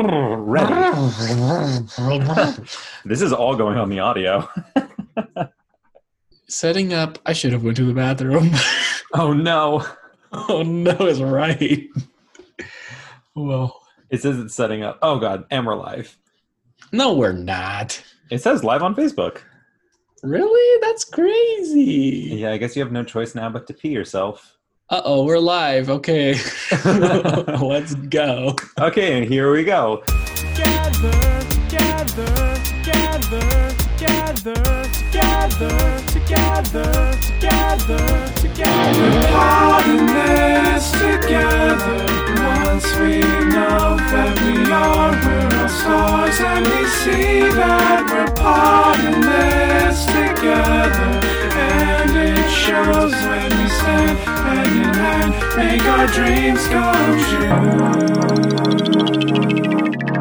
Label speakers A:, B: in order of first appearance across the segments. A: ready. this is all going on the audio.
B: Setting up. I should have went to the bathroom.
A: Oh no.
B: oh no, is right. well,
A: It says it's setting up. Oh god, and we're live.
B: no, we're not.
A: It says live on Facebook.
B: Really? That's crazy.
A: Yeah, I guess you have no choice now but to pee yourself.
B: Uh oh, we're live. Okay, let's go.
A: Okay, and here we go.
C: Gather, gather, gather, gather, together, together, together, together. We're in this together. Once we know that we are, we're all stars, and we see that we're part in this together. And it shows when we stand hand in hand, make our dreams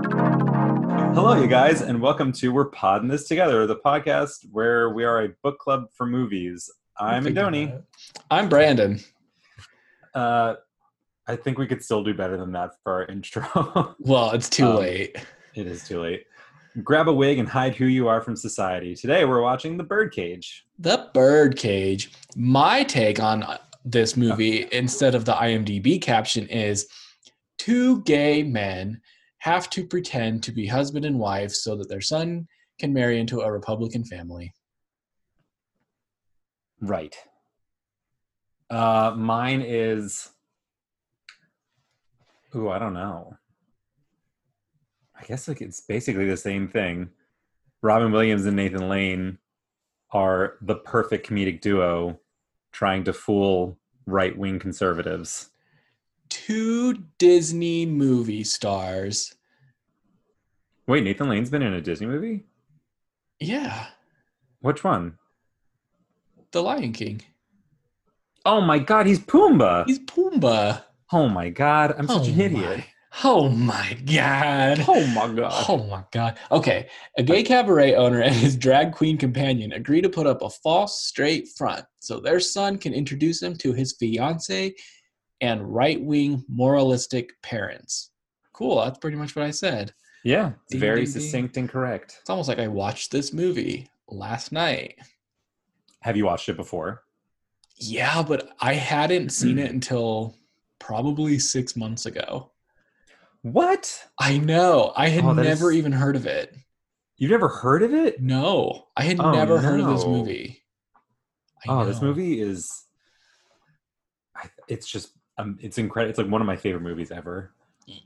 C: come true.
A: Hello, you guys, and welcome to We're Podding This Together, the podcast where we are a book club for movies. I'm Adoni.
B: I'm Brandon.
A: Uh, I think we could still do better than that for our intro.
B: Well, it's too
A: Um,
B: late.
A: It is too late. Grab a wig and hide who you are from society. Today we're watching The Birdcage.
B: The Birdcage. My take on this movie, instead of the IMDb caption, is two gay men have to pretend to be husband and wife so that their son can marry into a Republican family.
A: Right. Uh, mine is. Ooh, I don't know. I guess like it's basically the same thing. Robin Williams and Nathan Lane are the perfect comedic duo, trying to fool right-wing conservatives.
B: Two Disney movie stars.
A: Wait, Nathan Lane's been in a Disney movie?
B: Yeah,
A: Which one?
B: The Lion King.
A: Oh my God, he's Pumbaa.
B: He's Pumbaa.
A: Oh my god, I'm such an idiot.
B: My, oh my god.
A: Oh my god.
B: Oh my god. Okay. A gay cabaret owner and his drag queen companion agree to put up a false straight front so their son can introduce him to his fiance and right wing moralistic parents. Cool. That's pretty much what I said.
A: Yeah, it's
B: Ding,
A: very
B: ding, ding.
A: succinct and correct.
B: It's almost like I watched this movie last night.
A: Have you watched it before?
B: Yeah, but I hadn't seen it until probably six months ago.
A: What?
B: I know. I had
A: Oh, that
B: never
A: is-
B: even heard of it.
A: You've never heard of it?
B: No, I had
A: Oh,
B: never heard of this
A: no.
B: movie. I
A: Oh, this
B: know.
A: movie is I- it's just um, it's incredible. It's like one of my favorite movies ever.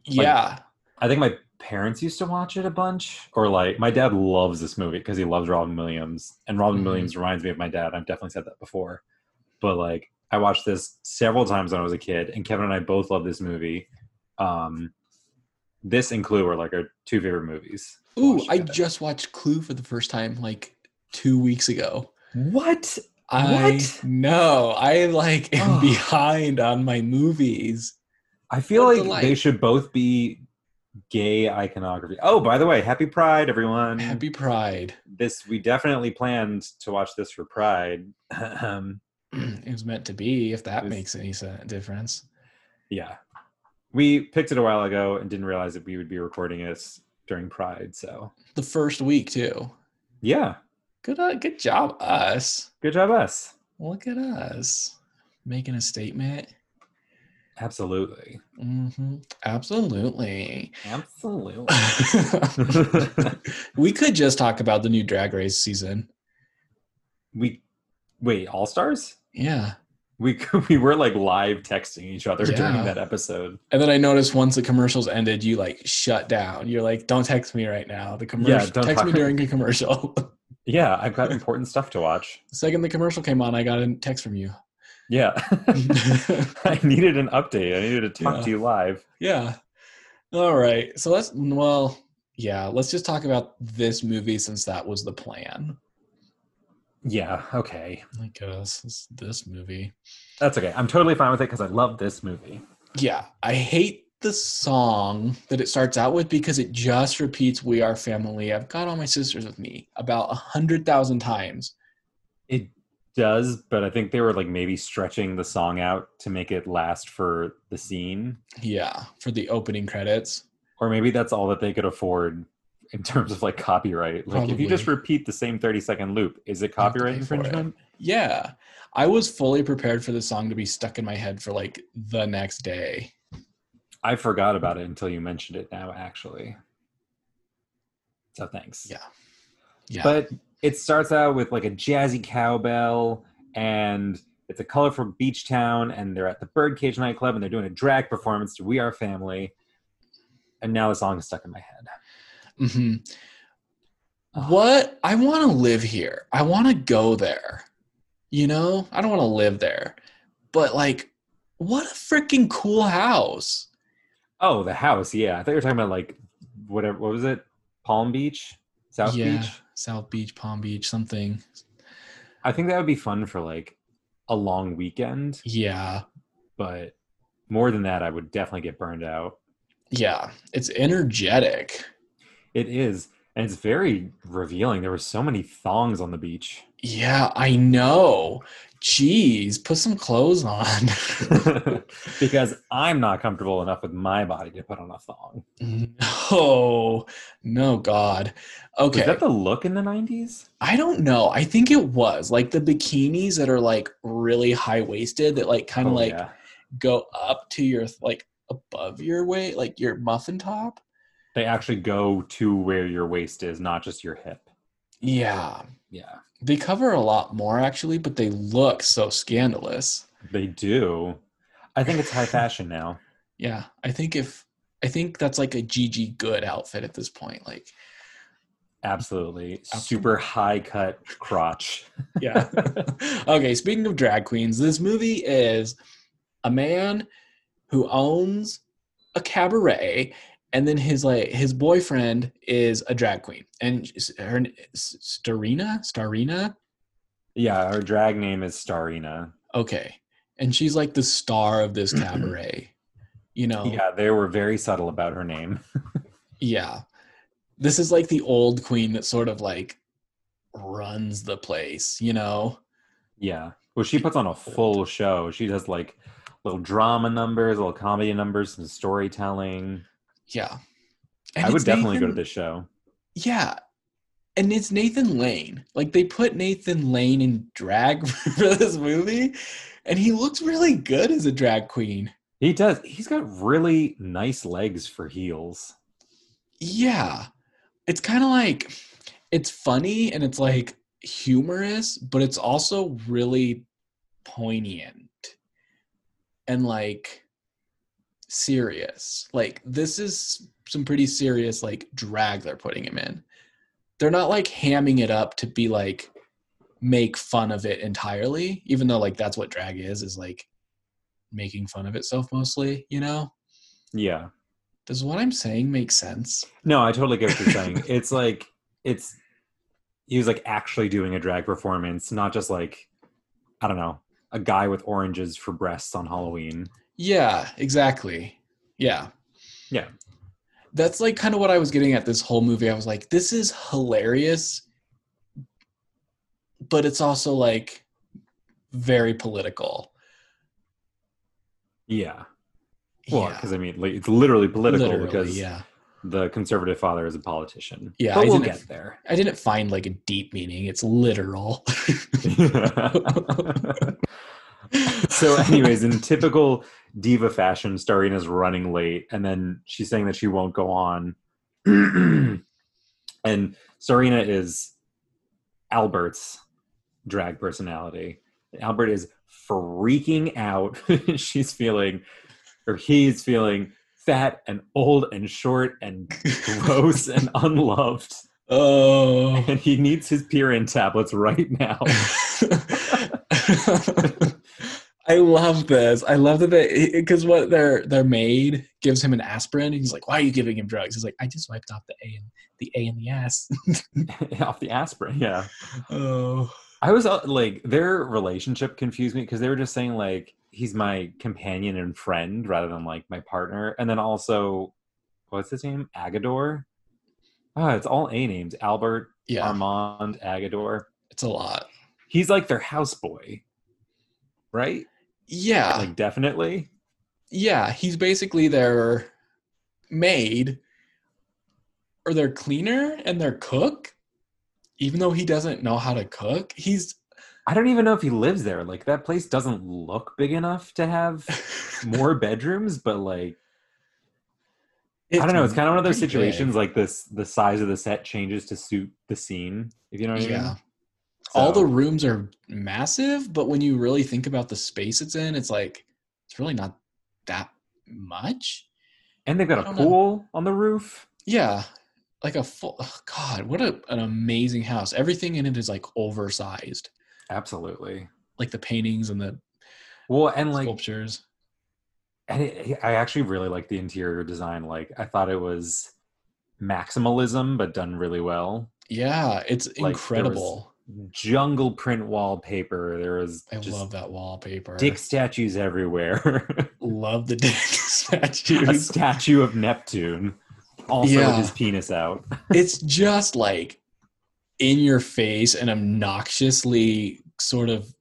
B: Yeah.
A: I think my parents used to watch it a bunch or like my dad loves this movie because he loves Robin Williams and Robin
B: Mhm.
A: Williams reminds me of my dad. I've definitely said that before. But like I watched this several times when I was a kid and Kevin and I both love this movie. Um this and Clue are like our two favorite movies. to
B: Ooh,
A: watch
B: I
A: together.
B: just watched Clue for the first time like two weeks ago.
A: What?
B: I
A: What?
B: no, I like am
A: Ugh.
B: behind on my movies.
A: I feel
B: What
A: like they
B: delight.
A: should both be gay iconography. Oh, by the way, happy Pride, everyone.
B: Happy Pride.
A: This we definitely planned to watch this for Pride. Um,
B: it was meant to be, if that
A: Is-
B: makes any sen- difference.
A: yeah. We picked it a while ago and didn't realize that we would be recording it during Pride. So
B: The first week too.
A: yeah.
B: Good, uh, good job, us.
A: Good job us.
B: Look at us making a statement.
A: Absolutely.
B: hmm Absolutely.
A: Absolutely.
B: we could just talk about the new Drag Race season.
A: we wait, all stars?
B: Yeah.
A: We we were like live texting each other
B: Yeah.
A: during that episode.
B: And then I noticed once the commercials ended, you like shut down. You're like, don't text me right now. The commercial,
A: don't
B: text me
A: talk-
B: during a commercial. the
A: Yeah, I've got important stuff to watch.
B: second the commercial came on, I got a text from you.
A: Yeah. I needed an update. I needed to talk to you live.
B: yeah. All right. So let's, well, yeah, let's just talk about this movie since that was the plan.
A: Yeah, okay.
B: I guess it's this movie.
A: That's okay. I'm totally fine with it because I love this movie.
B: Yeah. I hate the song that it starts out with because it just repeats We Are Family. I've got all my sisters with me about a hundred thousand times.
A: It does, but I think they were like maybe stretching the song out to make it last for the scene.
B: Yeah. For the opening credits.
A: Or maybe that's all that they could afford in terms of like copyright. Like if you just
B: Probably.
A: repeat the same 30 second loop, is it
B: You'll have to
A: copyright
B: pay for it.
A: infringement?
B: Yeah. I was fully prepared for the song to be stuck in my head for like the next day.
A: I forgot about it until you mentioned it now, actually. So thanks.
B: Yeah. Yeah.
A: But it starts out with like a jazzy cowbell and it's a colorful beach town and they're at the Birdcage nightclub and they're doing a drag performance to We Are Family. And now the song is stuck in my head.
B: hmm What? I want to live here. I want to go there. You know, I don't want to live there. But like, what a freaking cool house.
A: Oh, the house. Yeah. I thought you were talking about like whatever. What was it? Palm Beach? South
B: yeah.
A: Beach?
B: South Beach, Palm Beach, something.
A: I think that would be fun for like a long weekend,
B: Yeah.
A: but more than that, I would definitely get burned out.
B: Yeah. It's energetic.
A: It is. And it's very revealing. There were so many thongs on the beach.
B: Yeah, I know. Jeez, put some clothes on.
A: because I'm not comfortable enough with my body to put on a thong.
B: No, no, God. Okay.
A: Was that the look in the 90s?
B: I don't know. I think it was like the bikinis that are like really high waisted that like kind of
A: Oh,
B: like
A: yeah.
B: go up to your like above your waist, like your muffin top.
A: They actually go to where your waist is, not just your hip.
B: Yeah.
A: Yeah.
B: They cover a lot more actually, but they look so scandalous.
A: They do. I think it's high fashion now.
B: Yeah. I think if, I think that's like a Gigi good outfit at this point. Like,
A: Absolutely. Super high cut crotch.
B: yeah. okay, speaking of drag queens, this movie is a man who owns a cabaret and then his like his boyfriend is a drag queen and s- her n- s- Starina, Starina.
A: Yeah, her drag name is Starina.
B: Okay. And she's like the star of this cabaret. You know.
A: Mm-hmm. Yeah, they were very subtle about her name.
B: Yeah. This is like the old queen that sort of like runs the place, you know.
A: Yeah. Well, she puts on a full show. She does like little drama numbers, little comedy numbers, some storytelling.
B: Yeah.
A: I would
B: it's
A: definitely go
B: Nathan-
A: to this show.
B: Yeah. And it's Nathan Lane. Like they put Nathan Lane in drag for this movie, and he looks really good as a drag queen.
A: He does. He's got really nice legs for heels.
B: Yeah. It's kind of like it's funny and it's like humorous, but it's also really poignant and like serious. Like this is some pretty serious like drag they're putting him in. They're not like hamming it up to be like make fun of it entirely, even though like that's what drag is is like making fun of itself mostly, you know?
A: Yeah.
B: Does what I'm saying make sense?
A: No, I totally get what you're saying. It's like it's he was like actually doing a drag performance, not just like I don't know, a guy with oranges for breasts on Halloween.
B: Yeah, exactly. Yeah.
A: Yeah.
B: That's like kind of what I was getting at this whole movie. I was like, this is hilarious, but it's also like very political.
A: Yeah. Well,
B: Yeah.
A: because I mean, like, it's literally political
B: Literally,
A: because
B: yeah.
A: the conservative father is a politician.
B: Yeah,
A: but
B: I
A: we'll
B: didn't-
A: get there.
B: I didn't find like a deep meaning. It's literal.
A: so, anyways, in typical diva fashion, Starina's running late, and then she's saying that she won't go on. and Starina is Albert's drag personality. Albert is freaking out. she's feeling, or he's feeling, fat and old and short and gross and unloved.
B: oh.
A: And he needs his Purine tablets right now.
B: I love this. I love that they because what their their maid gives him an aspirin, and he's like, "Why are you giving him drugs?" He's like, "I just wiped off the A and the A and the ass."
A: off the aspirin. Yeah,
B: oh,
A: I was uh, like, their relationship confused me because they were just saying like he's my companion and friend rather than like my partner, and then also what's his name, Agador. Ah, it's all A names: Albert,
B: yeah,
A: Armand, Agador.
B: it's a lot.
A: He's like their houseboy, right?
B: Yeah,
A: Like definitely.
B: yeah, he's basically their maid or their cleaner and their cook, even though he doesn't know how to cook. He's
A: I don't even know if he lives there. Like that place doesn't look big enough to have more bedrooms, but like I don't know. It's kind of one of those
B: pretty
A: situations like this the size of the set changes to suit the scene, if you know what I mean.
B: Yeah. All the
A: So-
B: rooms are massive, but when you really think about the space it's in, it's like it's really not that much.
A: And they've got
B: I
A: a
B: don't know.
A: pool on the roof.
B: Yeah. Like a full oh, God, what a, an amazing house. Everything in it is like oversized.
A: Absolutely.
B: Like the paintings and the
A: Well, and like
B: sculptures.
A: and it, I actually really like the interior design. Like I thought it was maximalism but done really well.
B: Yeah, it's
A: there was
B: incredible.
A: Jungle print wallpaper. There was
B: I
A: just
B: love that wallpaper.
A: dick statues everywhere.
B: love the dick
A: a
B: statues.
A: statue of Neptune, also
B: Yeah.
A: with his penis out.
B: it's just like in your face and obnoxiously sort of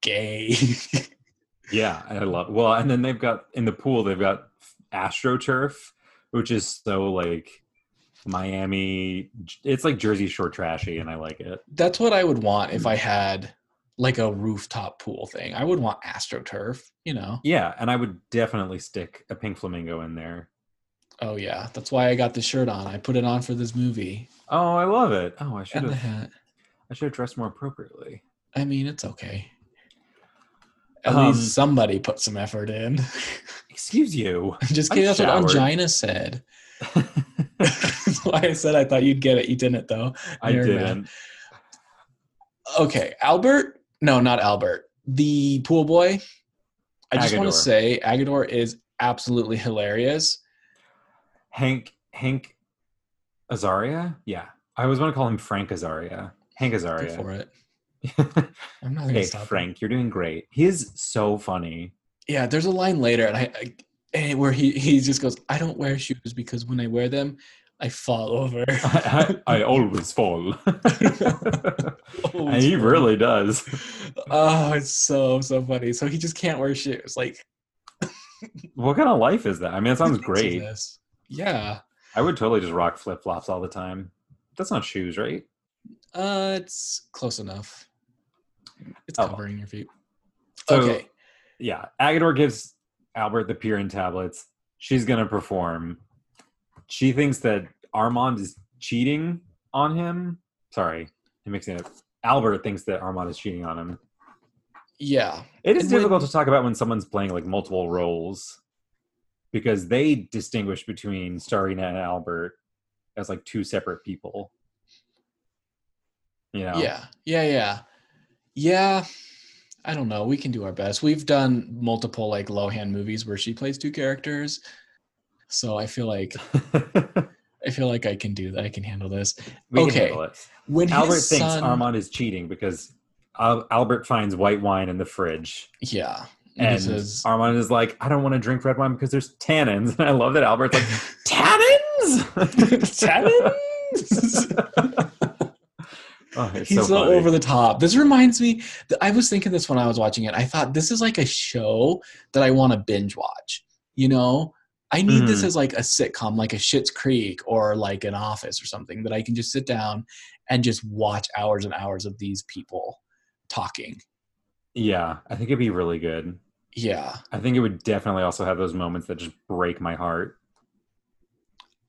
B: gay.
A: Yeah, I love. Well, and then they've got in the pool they've got astroturf, which is so like Miami. It's like Jersey Shore trashy, and I like it.
B: That's what I would want
A: Mm.
B: if I had like a rooftop pool thing. I would want astroturf, you know.
A: Yeah, and I would definitely stick a pink flamingo in there.
B: Oh yeah, that's why I got the shirt on. I put it on for this movie.
A: Oh, I love it. Oh, I should
B: And the
A: have.
B: hat.
A: I should have dressed more appropriately.
B: I mean, it's okay. At
A: Um,
B: least somebody put some effort in.
A: Excuse you.
B: I'm just
A: I
B: kidding. That's what
A: showered.
B: Angina said. that's why I said I thought you'd get it. You didn't though.
A: I
B: You're mad.
A: didn't.
B: Okay, Albert. No, not Albert. The pool boy. I just want
A: Agador.
B: to say Agador is absolutely hilarious.
A: Hank Hank Azaria? Yeah. I always want to call him Frank Azaria. Hank
B: Go
A: Azaria.
B: for it.
A: hey,
B: I'm not gonna stop. it.
A: Frank, you're doing great. He is so funny.
B: Yeah, there's a line later, and I, I and where he he just goes, "I don't wear shoes because when I wear them, I fall over."
A: I, I always fall. and he really does.
B: Oh, it's so so funny. So he just can't wear shoes. Like
A: What kind of life is that? I mean, it sounds great.
B: Jesus. Yeah.
A: I would totally just rock flip flops all the time. That's not shoes, right?
B: Uh, it's close enough. It's
A: Oh.
B: covering your feet.
A: So-
B: okay.
A: Yeah. Agador gives Albert the Purine tablets. She's going to perform. She thinks that Armand is cheating on him. Sorry, I'm mixing it up. Albert thinks that Armand is cheating on him.
B: Yeah.
A: It is
B: And when-
A: difficult to talk about when someone's playing like multiple roles because they distinguish between Starina and Albert as like two separate people. You know?
B: Yeah. Yeah. Yeah. Yeah. I don't know. We can do our best. We've done multiple like Lohan movies where she plays two characters. So I feel like I feel like I can do that. I can handle this.
A: we
B: Okay.
A: can handle it.
B: When
A: Albert
B: his
A: thinks
B: son,
A: Armand is cheating because Al- Albert finds white wine in the fridge.
B: yeah, and
A: And
B: he says,
A: Armand is like, I don't want to drink red wine because there's tannins. And I love that Albert's like, tannins?
B: "Talons?"
A: Oh, it's
B: He's so,
A: funny.
B: over the top. This reminds me. th- I was thinking this when I was watching it. I thought this is like a show that I want to binge watch. You know, I need this
A: Mhm.
B: as like a sitcom, like a Schitt's Creek or like an Office or something that I can just sit down and just watch hours and hours of these people talking.
A: Yeah, I think it'd be really good.
B: Yeah,
A: I think it would definitely also have those moments that just break my heart.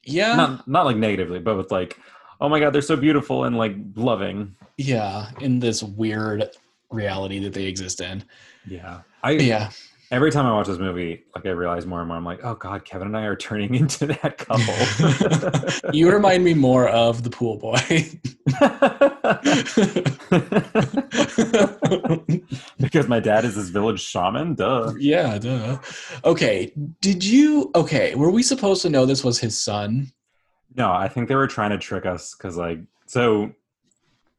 B: yeah,
A: Not not like negatively, but with like, oh my god, they're so beautiful and like loving.
B: yeah. In this weird reality that they exist in.
A: Yeah. I
B: Yeah,
A: every time I watch this movie, like I realize more and more I'm like, oh god, Kevin and I are turning into that couple.
B: you remind me more of the pool boy.
A: because my dad is this village shaman, duh.
B: Yeah, duh. Okay, did you? Okay, were we supposed to know this was his son?
A: No, I think they were trying to trick us because like so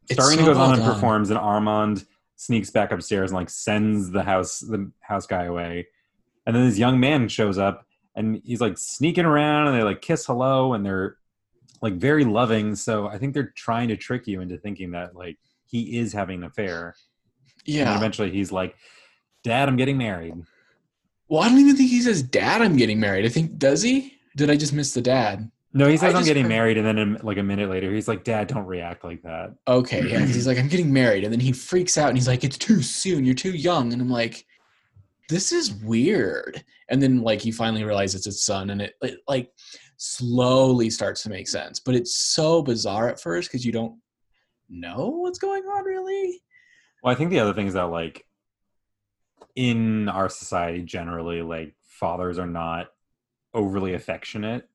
B: It's
A: Starina
B: so
A: goes
B: well
A: on and
B: done.
A: performs, and Armand sneaks back upstairs and like sends the house the house guy away. And then this young man shows up, and he's like sneaking around, and they like kiss hello, and they're like very loving. So I think they're trying to trick you into thinking that like he is having an affair. And then
B: Yeah.
A: eventually he's like, "Dad, I'm getting married."
B: Well, I don't even think he says, "Dad, I'm getting married." I think does he? Did I just miss the dad?
A: No, he says
B: I
A: I'm
B: just
A: getting
B: heard-
A: married, and then um, like a minute later, he's like, "Dad, don't react like that."
B: Okay, yeah, 'cause he's like, I'm getting married, and then he freaks out and he's like, It's too soon, you're too young, and I'm like, This is weird. And then like you finally realize it's his son, and it, it like slowly starts to make sense, but it's so bizarre at first because you don't know what's going on really.
A: Well, I think the other thing is that like in our society generally, like fathers are not overly affectionate.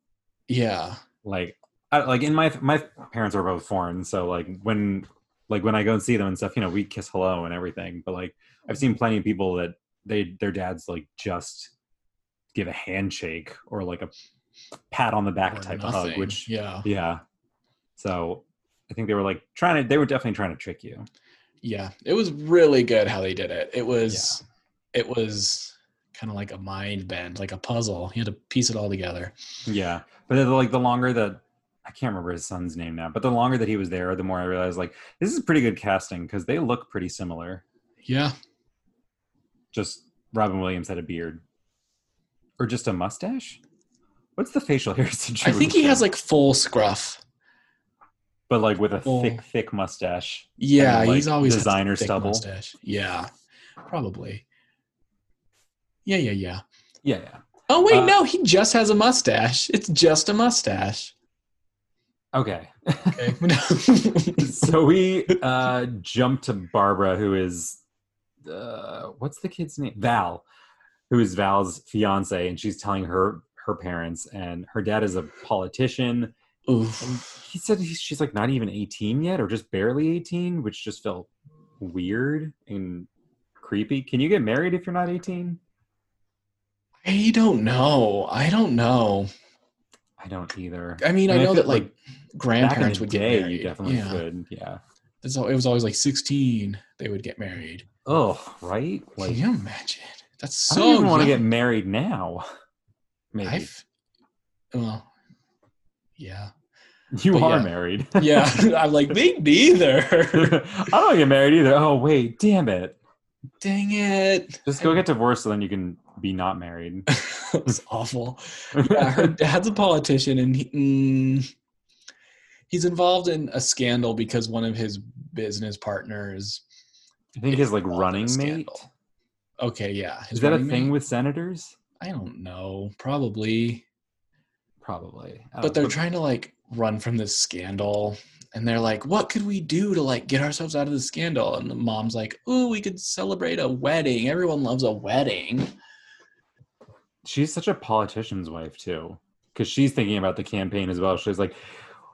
B: Yeah,
A: Like, I, like in my my parents are both foreign, so like when like when I go and see them and stuff, you know, we kiss hello and everything. But like I've seen plenty of people that they their dads like just give a handshake or like a pat on the back
B: or
A: type hug,
B: nothing.
A: which
B: yeah,
A: Yeah. So I think they were like trying to, they were definitely trying to trick you.
B: yeah, it was really good how they did it. It was, it was kind of like a mind bend, like a puzzle. You had to piece it all together.
A: Yeah. But then, like the longer that, I can't remember his son's name now, but the longer that he was there, the more I realized like this is pretty good casting because they look pretty similar.
B: Yeah,
A: Just Robin Williams had a beard or just a mustache. What's the facial hair
B: I
A: situation?
B: think he has like full scruff.
A: but like with a
B: Oh.
A: thick, thick mustache.
B: Yeah,
A: like,
B: he's always had
A: designer
B: a thick
A: stubble.
B: Mustache. Yeah, probably. Yeah, yeah, yeah.
A: Yeah. Yeah.
B: Oh wait,
A: Uh,
B: no, he just has a mustache. It's just a mustache.
A: Okay.
B: Okay.
A: so we uh jump to Barbara, who is uh what's the kid's name? Val, who is Val's fiance, and she's telling her her parents, and her dad is a politician. And
B: Oof.
A: he said he's, she's like not even 18 yet, or just barely 18, which just felt weird and creepy. Can you get married if you're not 18?
B: I don't know. I don't know.
A: I don't either.
B: I mean, I,
A: mean,
B: know
A: feel
B: that like
A: back in
B: grandparents
A: the
B: would
A: day,
B: get married.
A: you definitely
B: yeah.
A: could. Yeah.
B: It's al- it was always like sixteen. They would get married.
A: Oh, right. Like,
B: Can you imagine? That's
A: I
B: so.
A: don't even want to
B: young.
A: get married now. Maybe.
B: I've- well, yeah,
A: You
B: But
A: are
B: yeah.
A: married.
B: yeah. I'm like me neither.
A: I don't get married either. Oh wait, damn it.
B: Dang it.
A: Just go get divorced so then you can be not married.
B: that was awful. Yeah, her dad's a politician and he, mm, he's involved in a scandal because one of his business partners.
A: I think his like
B: involved in a
A: running mate.
B: scandal. Okay, yeah. his
A: Is that a
B: running
A: thing
B: mate?
A: with senators?
B: I don't know. Probably.
A: Probably. I
B: But
A: don't-
B: they're trying to like run from this scandal and they're like, what could we do to like get ourselves out of the scandal? And the mom's like, ooh, we could celebrate a wedding. Everyone loves a wedding.
A: she's such a politician's wife too. Because she's thinking about the campaign as well. She's like,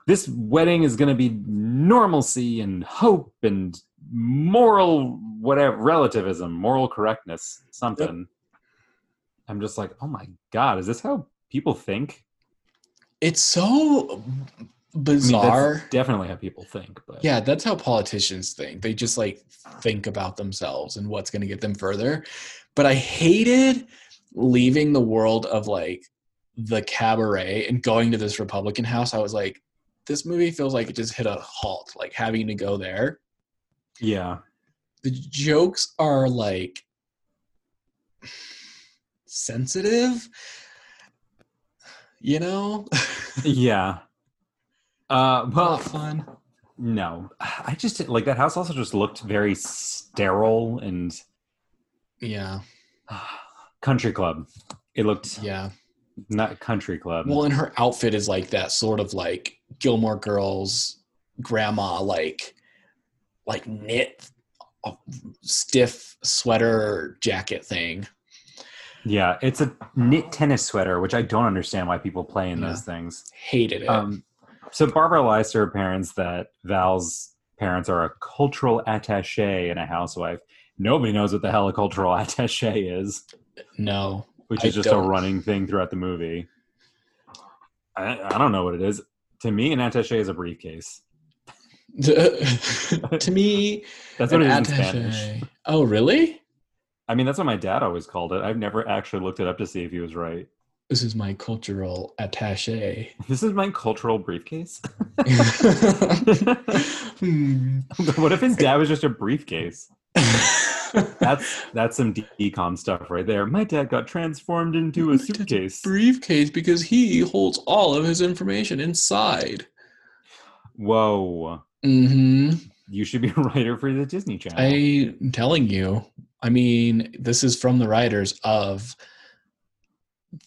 A: this wedding is gonna be normalcy and hope and moral whatever relativism, moral correctness, something. I'm just like, oh my god, is this how people think?
B: It's so
A: I mean,
B: bizarre.
A: that's definitely how people think. But
B: Yeah, that's how politicians think. They just like think about themselves and what's going to get them further. But I hated leaving the world of like the cabaret and going to this Republican house. I was like, this movie feels like it just hit a halt, like having to go there.
A: yeah,
B: The jokes are like sensitive, you know?
A: yeah. Uh, well,
B: Not fun.
A: no, I just like that house. Also, just looked very sterile and
B: Yeah,
A: country club. It looked
B: yeah.
A: not country club.
B: Well, and her outfit is like that sort of like Gilmore Girls grandma, like like knit uh, stiff sweater jacket thing.
A: yeah, it's a knit tennis sweater, which I don't understand why people play in those things.
B: Hated it.
A: Um, so Barbara lies to her parents that Val's parents are a cultural attaché and a housewife. Nobody knows what the hell a cultural attaché is.
B: no,
A: which
B: I
A: is just
B: don't.
A: a running thing throughout the movie. I, I don't know what it is. To me, an attaché is a briefcase.
B: to me,
A: That's what
B: an
A: it is in
B: attaché-
A: Spanish.
B: Oh, really?
A: I mean, that's what my dad always called it. I've never actually looked it up to see if he was right.
B: This is my cultural attaché.
A: This is my cultural briefcase.
B: Hmm.
A: what if his dad was just a briefcase? That's that's some decom stuff right there. My dad got transformed into a suitcase.
B: briefcase because he holds all of his information inside.
A: Whoa.
B: Mm-hmm.
A: You should be a writer for the Disney Channel.
B: I'm telling you. I mean, this is from the writers of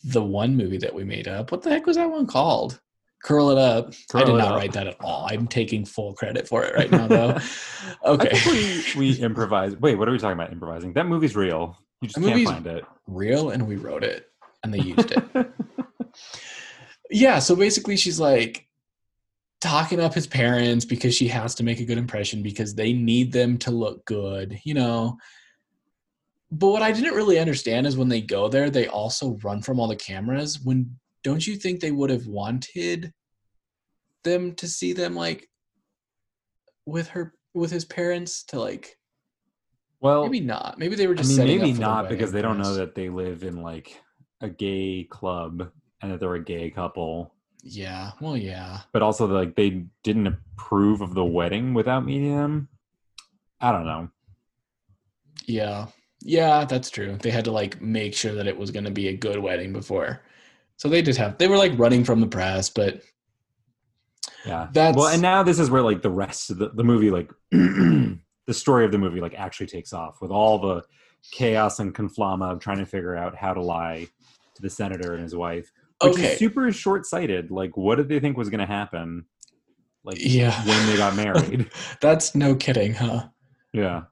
B: the one movie that we made up. What the heck was that one called? Curl It Up. I
A: Curl
B: did
A: It
B: not
A: Up.
B: write that at all. I'm taking full credit for it right now, though.
A: I
B: Okay.
A: think we, we improvise. Wait, what are we talking about improvising? That movie's real. You just
B: That
A: can't
B: movie's-
A: find it.
B: Real, and we wrote it, and they used it. yeah so basically she's like talking up his parents because she has to make a good impression because they need them to look good you know but what i didn't really understand is when they go there they also run from all the cameras when don't you think they would have wanted them to see them like with her with his parents to like
A: well,
B: maybe not maybe they were
A: I
B: just
A: mean,
B: setting up
A: maybe
B: for the
A: not because
B: wedding
A: they don't know
B: first.
A: that they live in like a gay club and that they're a gay couple.
B: yeah well yeah
A: But also, like, they didn't approve of the wedding without meeting them. I don't know.
B: Yeah. Yeah, that's true. They had to like make sure that it was going to be a good wedding before. So they did have, they were like running from the press, but
A: Yeah.
B: That's-
A: well, and now this is where like the rest of the, the movie, like the story of the movie, like actually takes off with all the chaos and conflama of trying to figure out how to lie to the senator and his wife, which
B: okay.
A: is super short-sighted. Like, what did they think was going to happen? Like
B: Yeah.
A: when they got married.
B: That's no kidding, huh?
A: yeah.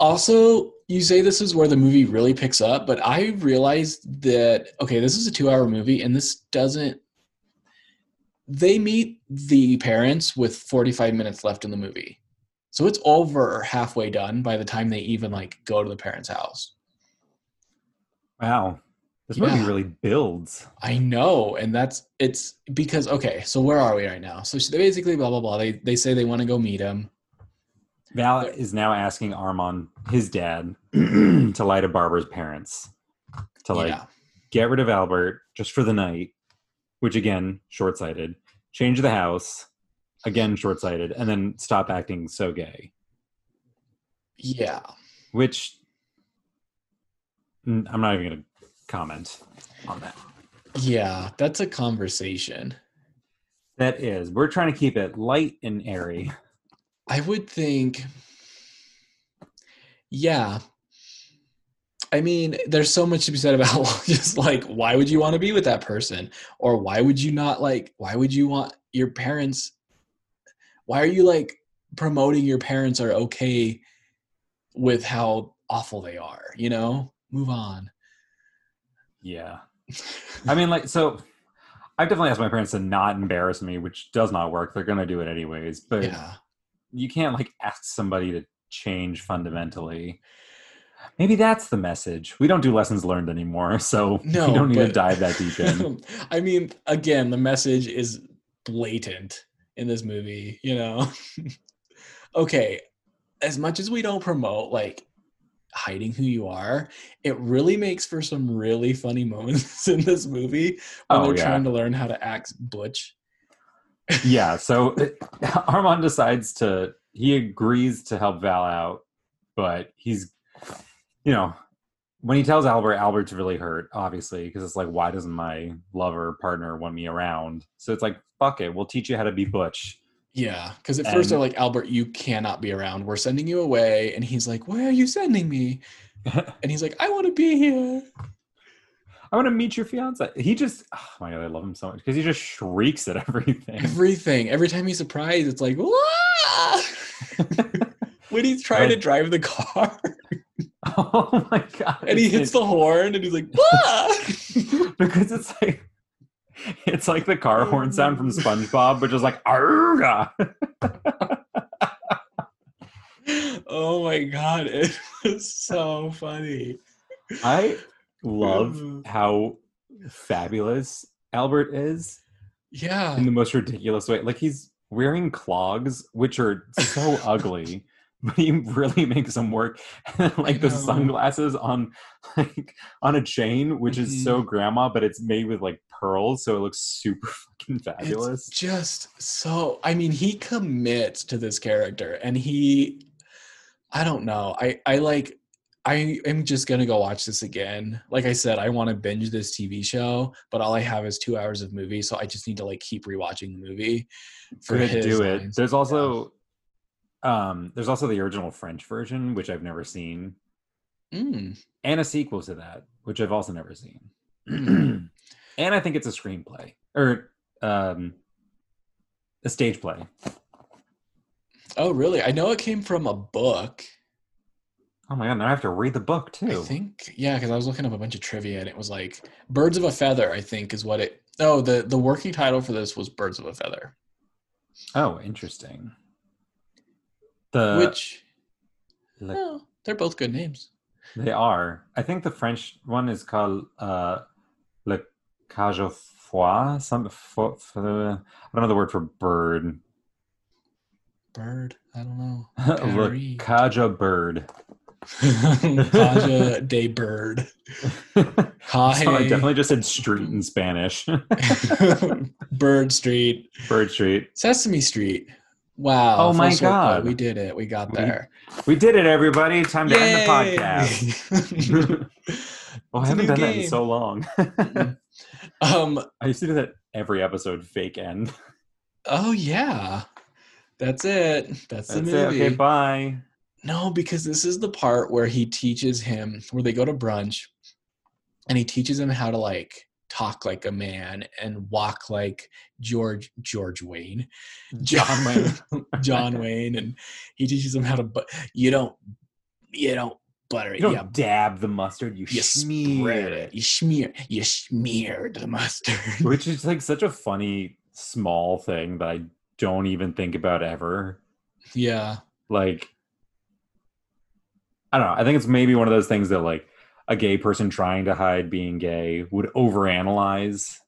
B: Also, you say this is where the movie really picks up, but I realized that, okay, this is a two hour movie and this doesn't, they meet the parents with 45 minutes left in the movie. So it's over halfway done by the time they even like go to the parents' house.
A: Wow. This movie
B: Yeah.
A: really builds.
B: I know, and that's it's because okay. So where are we right now? So she- they basically blah blah blah. They they say they want to go meet him.
A: Val is now asking Armand, his dad, to lie to Barbara's parents. To like
B: yeah,
A: get rid of Albert just for the night, which again, short sighted, change the house, again, short sighted, and then stop acting so gay,
B: yeah.
A: which Mm, I'm not even going to comment on that.
B: Yeah, that's a conversation.
A: That is, we're trying to keep it light and airy.
B: I would think, yeah. I mean, there's so much to be said about just like, why would you want to be with that person? Or why would you not like, why would you want your parents? Why are you like promoting your parents are okay with how awful they are? You know, move on.
A: Yeah. I mean, like, so I've definitely asked my parents to not embarrass me, which does not work. They're going to do it anyways, but
B: Yeah.
A: you can't like ask somebody to change fundamentally. Maybe that's the message. We don't do lessons learned anymore, so
B: No,
A: we don't need to
B: but-
A: dive that deep in.
B: I mean, again, the message is blatant in this movie, you know. okay, as much as we don't promote like hiding who you are, it really makes for some really funny moments in this movie when
A: oh
B: they're
A: yeah,
B: trying to learn how to act butch.
A: yeah. So Armand decides to he agrees to help Val out, but he's you know when he tells Albert, Albert's really hurt, obviously, because it's like why doesn't my lover partner want me around? So it's like fuck it, we'll teach you how to be butch.
B: Yeah, because at first
A: And-
B: they're like, Albert, you cannot be around. We're sending you away. And he's like, Where are you sending me? and he's like, I want to be here.
A: I want to meet your fiance. He just, oh my god, I love him so much because he just shrieks at everything.
B: Everything. Every time he's surprised, it's like, "Wah!" when he's trying to drive the car
A: oh my god!
B: and he hits the horn and he's like, "Wah!"
A: because it's like it's like the car horn sound from SpongeBob, which is like Arga.
B: oh my god, it was so funny.
A: I love how fabulous Albert is in
B: Yeah.
A: the most ridiculous way. Like he's wearing clogs, which are so ugly. But he really makes them work. And like the
B: know.
A: sunglasses on like on a chain, which is so
B: Mm-hmm.
A: grandma, but it's made with like pearls, so it looks super fucking
B: It's
A: fabulous.
B: just so I mean, he commits to this character and he I don't know. I I like I am just gonna go watch this again. Like I said, I want to binge this TV show, but all I have is two hours of movie, so I just need to like keep rewatching the movie.
A: Good
B: his
A: do it.
B: lines.
A: There's also um there's also the original French version, which I've never seen,
B: Mm.
A: and a sequel to that, which I've also never seen. and I think it's a screenplay or um a stage play.
B: Oh, really? I know it came from a book.
A: Oh my god, now I have to read the book too.
B: I think yeah, because I was looking up a bunch of trivia and it was like "Birds of a Feather." I think is what it. Oh, the the working title for this was "Birds of a Feather,"
A: Oh, interesting. The
B: which
A: le-
B: oh, they're both good names.
A: they are. I think the French one is called uh Le Cage aux Foix. Some fo- fo- I don't know the word for bird.
B: Bird. I don't know.
A: Le
B: Paris.
A: Cage aux Bird.
B: Kaja de Bird.
A: so I
B: Kahe.
A: definitely just said street in Spanish.
B: Bird Street.
A: Bird Street.
B: Sesame Street. Wow.
A: Oh
B: full
A: my
B: circle.
A: God.
B: We did it. We got
A: We
B: there.
A: We did it, everybody. Time to end the podcast.
B: podcast.
A: Well, I
B: It's a
A: haven't
B: new
A: done that in
B: game.
A: so long.
B: um,
A: I used to do that every episode, fake end.
B: oh yeah. That's it. That's, the
A: That's it.
B: movie.
A: Okay, bye.
B: No, because this is the part where he teaches him where they go to brunch and he teaches him how to like talk like a man and walk like George George Wayne. John Wayne. John Wayne and he teaches him how to but you don't you don't butter
A: You
B: it.
A: don't
B: Yeah.
A: dab the mustard, you,
B: You
A: smear
B: spread it. You smear you smeared the mustard.
A: Which is like such a funny small thing that I don't even think about ever.
B: yeah.
A: Like I don't know. I think it's maybe one of those things that like a gay person trying to hide being gay would overanalyze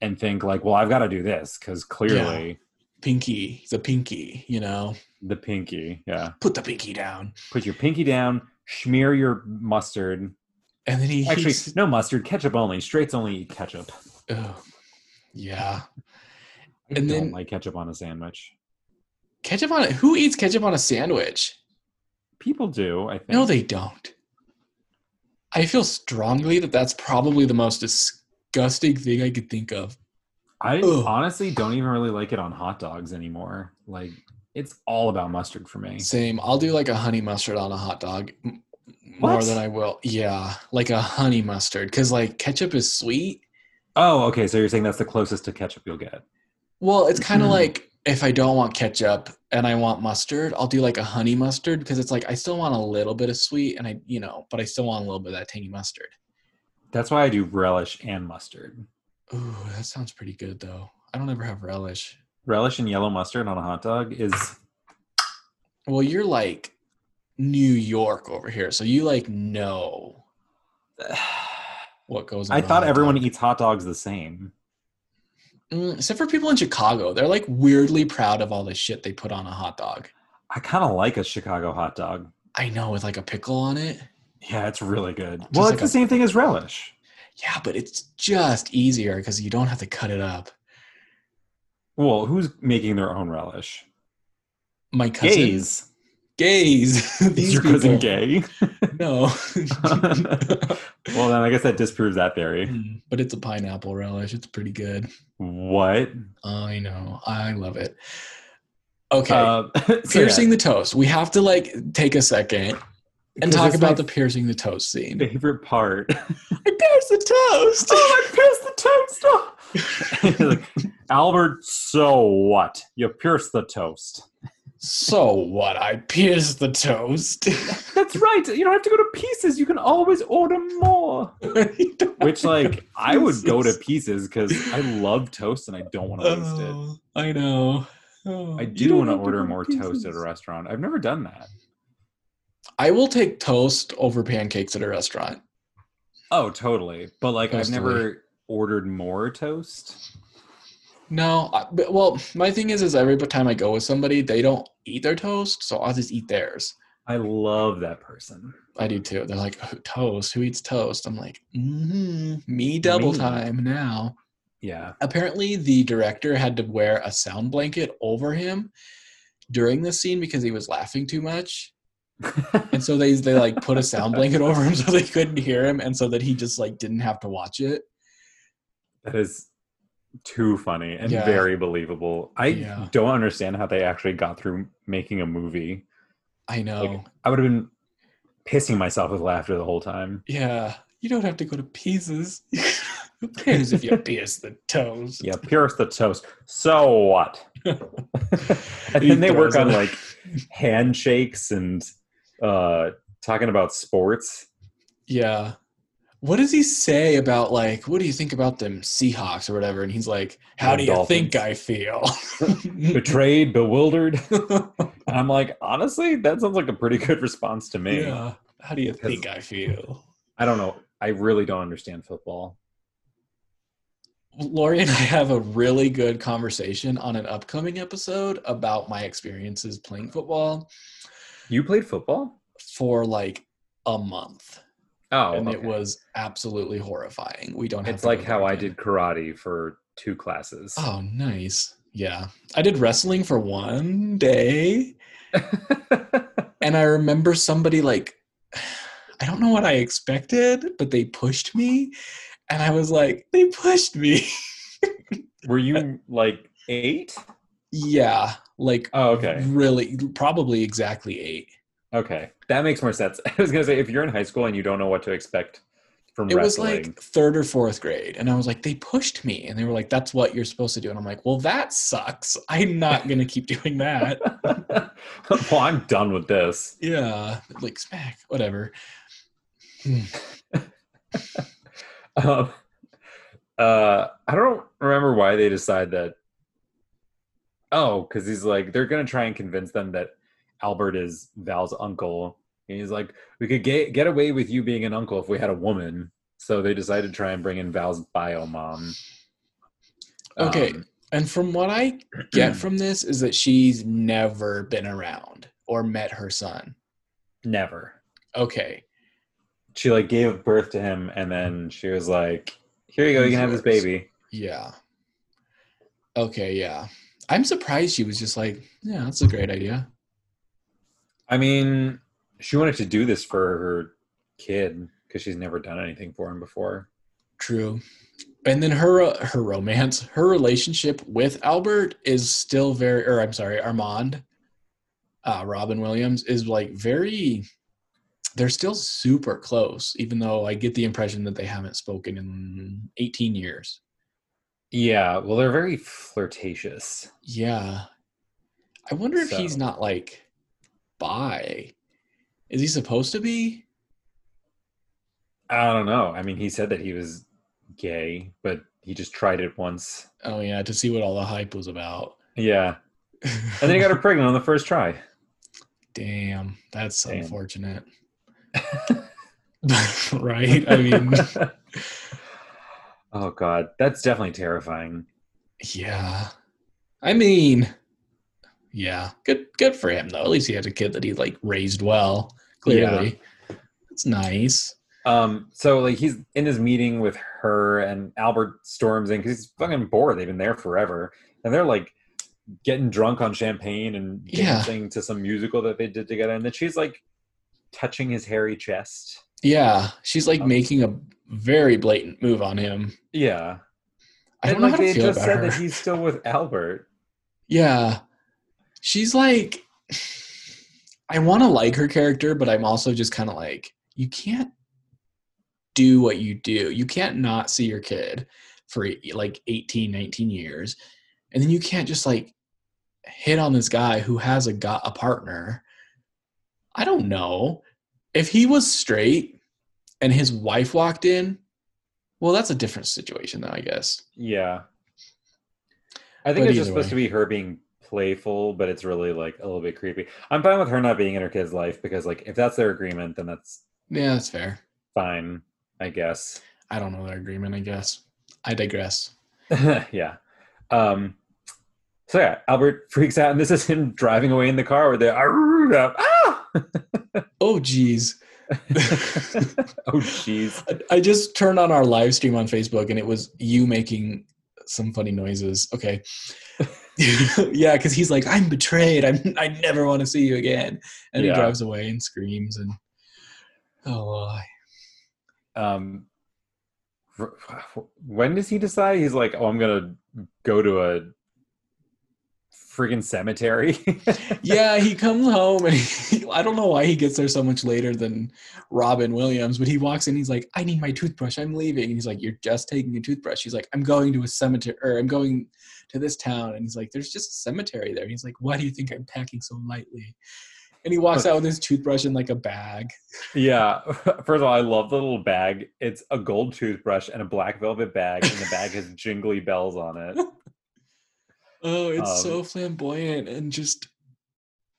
A: and think like, well, I've got to do this because clearly
B: Pinky. The pinky, you know.
A: the pinky. Yeah.
B: Put the pinky down.
A: Put your pinky down, smear your mustard.
B: And then he
A: Actually,
B: he's-
A: no mustard, ketchup only. Straights only eat ketchup.
B: Ugh. yeah.
A: I
B: And
A: don't
B: then-
A: like ketchup on a sandwich.
B: Ketchup on it. Who eats ketchup on a sandwich?
A: People do, I think.
B: No, they don't. I feel strongly that that's probably the most disgusting thing I could think of.
A: I
B: Ugh.
A: honestly don't even really like it on hot dogs anymore. Like it's all about mustard for me.
B: Same. I'll do like a honey mustard on a hot dog m- more
A: What?
B: than I will. Yeah, like a honey mustard because like ketchup is sweet.
A: Oh, okay. So you're saying that's the closest to ketchup you'll get.
B: Well, it's kind of
A: Mhm.
B: like if I don't want ketchup and I want mustard, I'll do like a honey mustard because it's like I still want a little bit of sweet and I, you know, but I still want a little bit of that tangy mustard.
A: That's why I do relish and mustard.
B: Ooh, that sounds pretty good though. I don't ever have relish.
A: Relish and yellow mustard on a hot dog is
B: Well, you're like New York over here, so you like know what goes on.
A: I
B: a
A: thought
B: hot
A: everyone
B: dog.
A: eats hot dogs the same.
B: Mm, except for people in Chicago. They're like weirdly proud of all the shit they put on a hot dog.
A: I kind of like a Chicago hot dog.
B: I know with like a pickle on it.
A: Yeah, it's really good. well,
B: like
A: it's
B: a-
A: the same thing as relish.
B: Yeah, but it's just easier because you don't have to cut it up.
A: Well, who's making their own relish?
B: My cousin
A: Gays.
B: gays.
A: Is
B: These
A: your cousin
B: people.
A: gay?
B: No.
A: well, then I guess that disproves that theory.
B: Mm, but it's a pineapple relish. It's pretty good.
A: What?
B: I know. I love it. Okay.
A: Uh, so yeah.
B: piercing the toast. We have to like take a second and
A: Because
B: talk
A: it's
B: about
A: my
B: the piercing the toast scene.
A: favorite part.
B: I pierced the toast.
A: oh, I pierced the toast. like, Albert, so what? You pierced the toast.
B: so what? I pierced the toast.
A: That's right. You don't have to go to pieces. You can always order more. Which, like, I would go to pieces because I love toast and I don't want to waste it.
B: Oh, I know. Oh,
A: I
B: you
A: do
B: don't
A: want to
B: have
A: order
B: go
A: more toast at
B: pieces.
A: a restaurant. I've never done that.
B: I will take toast over pancakes at a restaurant.
A: Oh, totally. But like, I've
B: Toastily.
A: never ordered more toast.
B: No, I, but, well, my thing is, is every time I go with somebody, they don't eat their toast, so I'll just eat theirs.
A: I love that person.
B: I do too. They're like, "Oh, toast. Who eats toast? I'm like, mm me double
A: Me.
B: time now.
A: Yeah.
B: Apparently, the director had to wear a sound blanket over him during the scene because he was laughing too much. and so they they like put a sound blanket over him so they couldn't hear him, and so that he just like didn't have to watch it.
A: That is too funny and
B: Yeah.
A: very believable. I
B: Yeah.
A: don't understand how they actually got through making a movie.
B: I know.
A: Like, I would have been pissing myself with laughter the whole time.
B: yeah, you don't have to go to pieces. Who cares if you pierce the toes?
A: Yeah, pierce the toast. So what? and
B: He
A: then they
B: throws
A: work on
B: it.
A: like handshakes and uh talking about sports.
B: Yeah. What does he say about like what do you think about them Seahawks or whatever? And he's like, How
A: The
B: do you
A: Dolphins.
B: think I feel?
A: Betrayed, bewildered. And I'm like, honestly, that sounds like a pretty good response to me.
B: yeah. How do you
A: Because-
B: think I feel?
A: I don't know. I really don't understand football.
B: Lori and I have a really good conversation on an upcoming episode about my experiences playing football
A: You played football?
B: for like a month.
A: Oh,
B: and it
A: okay.
B: was absolutely horrifying. We don't have
A: It's
B: to go
A: like how
B: there
A: I
B: again.
A: did karate for two classes.
B: Oh, nice. Yeah. I did wrestling for one day. Oh. and I remember somebody like I don't know what I expected, but they pushed me and I was like, they pushed me.
A: Were
B: Uh,
A: you like eight?
B: yeah, like
A: Oh, okay.
B: really probably exactly 8.
A: Okay. That makes more sense. I was going to say, if you're in high school and you don't know what to expect from
B: It was
A: wrestling,
B: like 3rd or 4th grade and I was like, they pushed me and they were like, that's what you're supposed to do and I'm like, well that sucks. I'm not going to keep doing that.
A: well, I'm done with this.
B: Yeah, like smack, whatever.
A: Um, uh, I don't remember why they decide that. Oh, because he's like, they're going to try and convince them that Albert is Val's uncle. And he's like, we could get, get away with you being an uncle if we had a woman. So they decided to try and bring in Val's bio mom.
B: Okay.
A: Um,
B: And from what I get from this is that she's never been around or met her son.
A: never.
B: Okay.
A: She like gave birth to him and then she was like, here you go, you can have this
B: Yours.
A: baby.
B: Yeah. Okay, yeah. I'm surprised she was just like, yeah, that's a great idea.
A: I mean, she wanted to do this for her kid because she's never done anything for him before.
B: True. And then her her romance, her relationship with Albert is still very or I'm sorry, Armand uh Robin Williams is like very they're still super close even though I get the impression that they haven't spoken in 18 years.
A: Yeah, well, they're very flirtatious.
B: Yeah. I wonder if he's
A: So-
B: not like bi. Is he supposed to be?
A: I don't know. I mean, he said that he was gay, but he just tried it once.
B: Oh yeah, to see what all the hype was about.
A: Yeah, and then he got her pregnant on the first try.
B: Damn, that's
A: Damn.
B: unfortunate. right? I mean,
A: oh god, that's definitely terrifying.
B: yeah. I mean, yeah. Good good for him though. At least he has a kid that he like raised well, clearly. That's nice.
A: Um, so like he's in his meeting with her, and Albert storms in because he's fucking bored. They've been there forever, and they're like getting drunk on champagne and
B: Yeah.
A: dancing to some musical that they did together, and then she's like touching his hairy chest.
B: Yeah. She's like
A: Um,
B: making a very blatant move on him.
A: Yeah,
B: I don't
A: and
B: know
A: like
B: how to
A: they
B: feel
A: just
B: about
A: said
B: her.
A: that he's still with Albert.
B: Yeah. She's like I want to like her character, but I'm also just kind of like you can't do what you do. You can't not see your kid for like 18, 19 years. And then you can't just like hit on this guy who has a got a partner. I don't know. If he was straight and his wife walked in, well, that's a different situation though, I guess.
A: Yeah, I think
B: But
A: it's just
B: either
A: supposed
B: way.
A: to be her being playful, but it's really like a little bit creepy. I'm fine with her not being in her kid's life because like if that's their agreement, then that's
B: Yeah, that's fair.
A: fine, I guess.
B: I don't know their agreement, I guess. I digress.
A: yeah. Um, so yeah, Albert freaks out, and this is him driving away in the car with the "Arrgh!" ah!
B: Oh, geez.
A: oh jeez.
B: I- I just turned on our live stream on Facebook and it was you making some funny noises. Okay. yeah, because he's like, I'm betrayed. I'm, I never want to see you again. And
A: Yeah.
B: he drives away and screams and oh, why?
A: um r- when does he decide he's like oh i'm gonna go to a freaking cemetery
B: yeah, he comes home and he, I don't know why he gets there so much later than Robin Williams, but he walks in. He's like, I need my toothbrush. I'm leaving. And he's like, You're just taking a toothbrush. He's like, I'm going to a cemetery or I'm going to this town. And he's like, There's just a cemetery there. And he's like, Why do you think I'm packing so lightly? And he walks out with his toothbrush in like a bag.
A: yeah first of all i love the little bag it's a gold toothbrush and a black velvet bag and the bag has jingly bells on it
B: Oh, it's
A: Um,
B: so flamboyant and just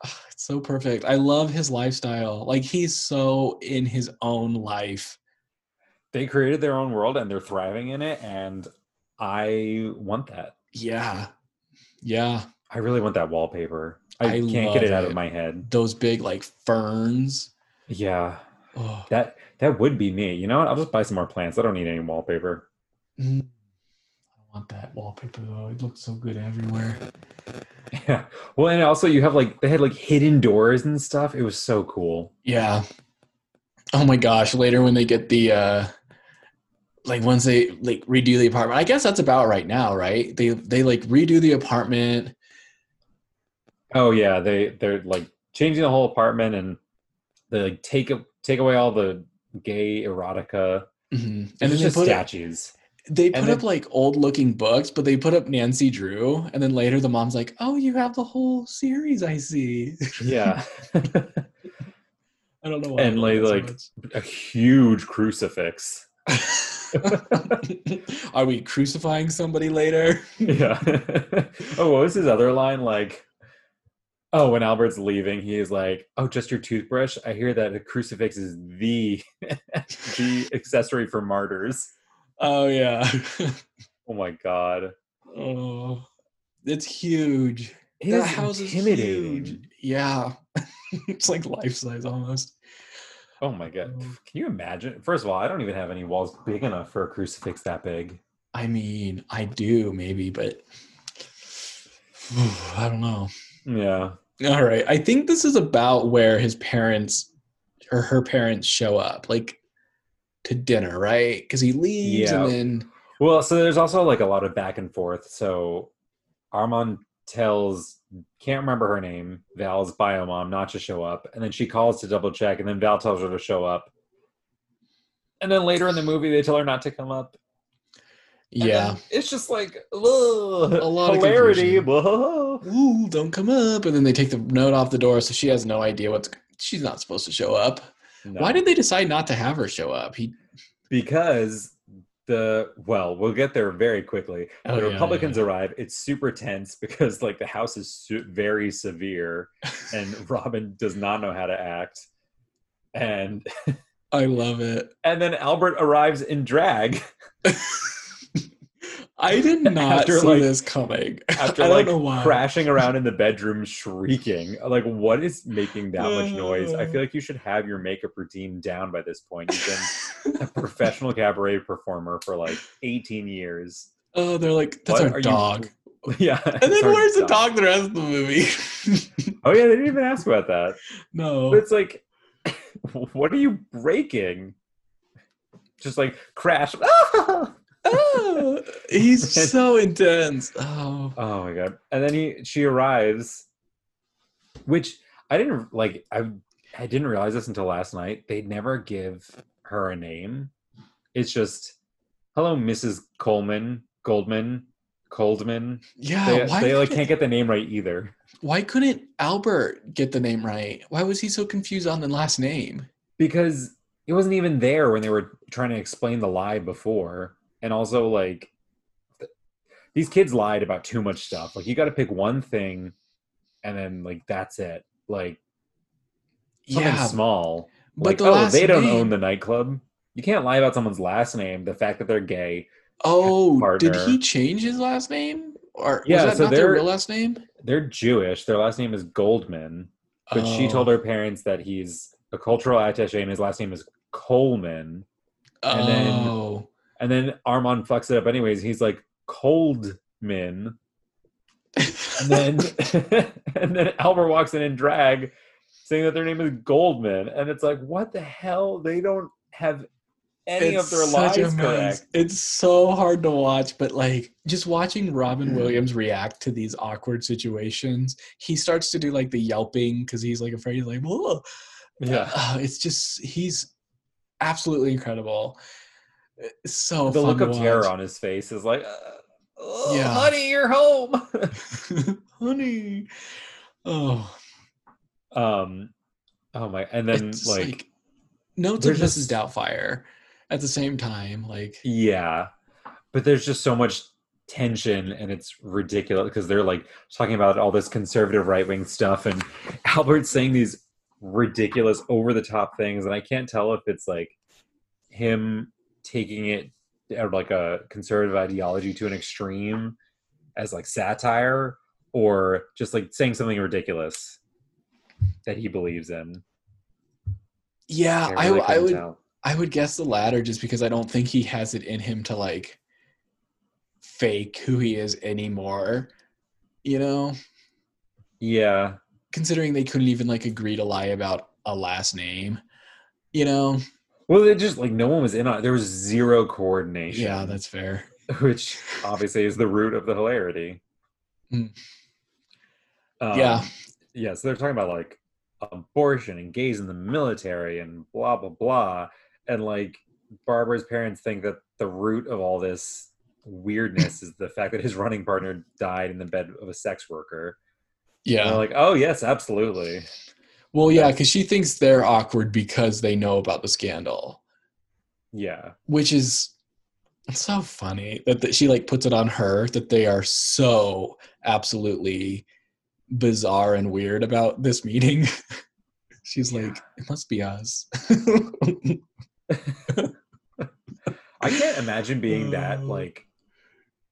B: ah, it's so perfect. I love his lifestyle. Like he's so in his own life.
A: they created their own world and they're thriving in it and i want that
B: Yeah. Yeah.
A: i really want that wallpaper i,
B: I
A: can't get
B: love
A: it out of
B: it.
A: my head
B: Those big like ferns.
A: yeah
B: Oh.
A: that that would be me you know what i'll just buy some more plants i don't need any wallpaper
B: mm. I want that wallpaper though. It looks so good everywhere.
A: Yeah. Well, and also you have like they had like hidden doors and stuff. It was so cool.
B: Yeah. Oh my gosh, later when they get the uh like once they like redo the apartment. I guess that's about right now, right? They they like redo the apartment.
A: Oh yeah, they they're like changing the whole apartment and they like take take away all the gay erotica
B: Mhm.
A: Mm-hmm. and
B: And then
A: it's
B: they
A: just
B: put it-
A: statues.
B: They put
A: And then-
B: up like old looking books, but they put up Nancy Drew, and then later the mom's like, "Oh, you have the whole series. I see."
A: Yeah.
B: I don't know why. I
A: And,
B: love
A: like-
B: that
A: A huge crucifix.
B: so much. Are we crucifying somebody later?
A: Yeah. oh, what was his other line like? Oh, when Albert's leaving, he is like, "Oh, just your toothbrush." I hear that a crucifix is the the accessory for martyrs.
B: Oh yeah.
A: Oh my god.
B: oh, it's huge.
A: It
B: that
A: is
B: house is huge. Yeah, it's like life size almost.
A: Oh my god.
B: Oh.
A: Can you imagine? First of all, I don't even have any walls big enough for a crucifix that big.
B: I mean, I do maybe, but I don't know.
A: Yeah.
B: All right. I think this is about where his parents or her parents show up, like to dinner, right? Because he leaves
A: Yeah.
B: and then
A: Well, so there's also like a lot of back and forth. So Armand tells can't remember her name, Val's bio mom, not to show up, and then she calls to double check, and then Val tells her to show up. And then later in the movie they tell her not to come up. And
B: yeah,
A: then It's just like ugh,
B: A lot of
A: hilarity.
B: confusion.
A: whoa.
B: ooh, don't come up, and then they take the note off the door, so she has no idea what's. She's not supposed to show up.
A: No.
B: Why did they decide not to have her show up? He
A: because the well we'll get there very quickly the
B: Oh, yeah, yeah,
A: republicans arrive it's super tense because like the house is su- very severe and robin does not know how to act and
B: I love it.
A: and then albert arrives in drag
B: I did not
A: After,
B: see
A: like-
B: this coming.
A: after
B: I don't
A: like
B: know why.
A: crashing around in the bedroom shrieking like what is making that much noise i feel like you should have your makeup routine down by this point you've been a professional cabaret performer for like 18 years
B: oh, they're like, that's
A: What
B: our
A: are you-
B: dog.
A: yeah
B: and then
A: it's our
B: where's the dog the rest of the movie?
A: Oh yeah, they didn't even ask about that.
B: no.
A: But it's like, what are you breaking? Just like crash. oh
B: Ah, he's so intense. Oh,
A: my god! And then he she arrives, which I didn't like. I I didn't realize this until last night. They never give her a name. It's just, hello, Mrs. Coleman, Goldman, Coldman.
B: yeah.
A: They,
B: why,
A: they like
B: couldn't-
A: can't get the name right either.
B: why couldn't Albert get the name right? Why was he so confused on the last name?
A: because it wasn't even there when they were trying to explain the lie before and also like th- these kids lied about too much stuff like you got to pick one thing and then like that's it like something
B: Yeah,
A: small
B: but
A: like
B: the
A: oh
B: last
A: they don't
B: name-
A: own the nightclub you can't lie about someone's last name the fact that they're gay
B: Oh, did
A: partner.
B: he change his last name? Or
A: Yeah,
B: was that
A: so
B: not their
A: they're-
B: real last name?
A: they're jewish their last name is goldman but she
B: Oh.
A: told her parents that he's a cultural attache and his last name is coleman and then-
B: oh,
A: And then Armand fucks it up anyways. He's like, Coldman.
B: And then
A: and then Albert walks in in drag, saying that their name is Goldman, and it's like, what the hell? They don't have any
B: it's
A: of their
B: such
A: lives
B: a
A: correct.
B: mess. It's so hard to watch, but like just watching Robin Williams react to these awkward situations, he starts to do like the yelping because he's like afraid. He's like, "Whoa!"
A: Yeah,
B: Uh, it's just he's absolutely incredible. It's so
A: the
B: fun
A: look
B: to
A: of
B: watch.
A: terror on his face is like, uh, oh,
B: Yeah.
A: honey, you're home.
B: honey. Oh,
A: um, oh my, and then
B: it's
A: like,
B: notes of
A: there's
B: Mrs.
A: just-
B: Doubtfire at the same time. Like,
A: yeah, but there's just so much tension and it's ridiculous because they're like talking about all this conservative right wing stuff and Albert's saying these ridiculous over the top things and I can't tell if it's like him taking it or like a conservative ideology to an extreme as like satire or just like saying something ridiculous that he believes in.
B: yeah, I,
A: really
B: I
A: couldn't
B: would.
A: tell.
B: I would guess the latter just because I don't think he has it in him to like fake who he is anymore. You know,
A: Yeah.
B: considering they couldn't even like agree to lie about a last name. You know,
A: Well, it just like no one was in on it. There was zero coordination.
B: yeah, that's fair.
A: which obviously is the root of the hilarity.
B: Mm.
A: Um,
B: Yeah.
A: Yeah. So they're talking about like abortion and gays in the military and blah, blah, blah. And like Barbara's parents think that the root of all this weirdness is the fact that his running partner died in the bed of a sex worker. And
B: Yeah.
A: they're like, oh, yes, absolutely.
B: Well, yeah, because she thinks they're awkward because they know about the scandal,
A: Yeah.
B: which is it's so funny that, that she like puts it on her that they are so absolutely bizarre and weird about this meeting. She's like, it must be us.
A: I can't imagine being that
B: Oh.
A: like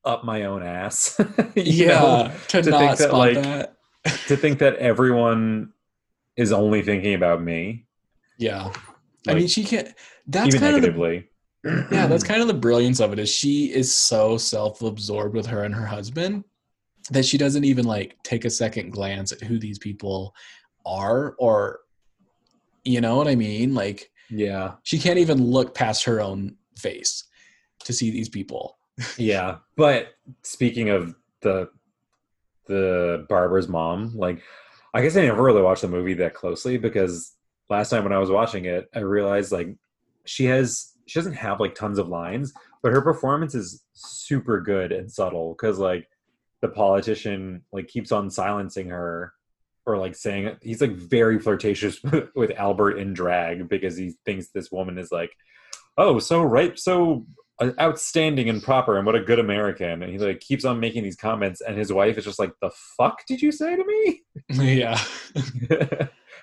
A: up my own ass. You
B: yeah,
A: know?
B: to,
A: to
B: not
A: think that,
B: spot
A: like-
B: that.
A: to think that everyone is only thinking about me,
B: Yeah, I
A: Like,
B: mean, she can't. That's
A: even
B: kind of the
A: negatively.
B: yeah that's kind of the brilliance of it is she is so self-absorbed with her and her husband that she doesn't even like take a second glance at who these people are or you know what i mean like
A: yeah,
B: she can't even look past her own face to see these people
A: yeah. But speaking of the the Barbara's mom, like I guess I never really watched the movie that closely because last time when I was watching it, I realized like she has she doesn't have like tons of lines, but her performance is super good and subtle because like the politician like keeps on silencing her or like saying he's like very flirtatious with Albert in drag because he thinks this woman is like oh so right so uh, outstanding and proper and what a good American and he like keeps on making these comments and his wife is just like the fuck did you say to me
B: yeah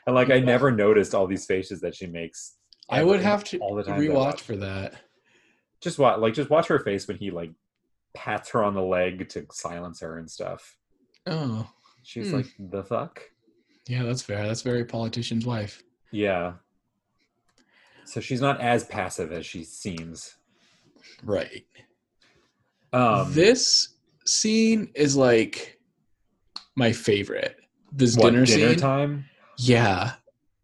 A: and like I never noticed all these faces that she makes
B: i
A: ever
B: would
A: in-
B: have to
A: all the time that I
B: rewatch
A: watch.
B: for that
A: just watch like just watch her face when he like pats her on the leg to silence her and stuff
B: oh
A: she's
B: Hmm.
A: like the fuck
B: yeah that's fair that's very politician's wife
A: Yeah. So she's not as passive as she seems.
B: right
A: Um,
B: this scene is like my favorite. This
A: what,
B: dinner, scene.
A: time.
B: Yeah.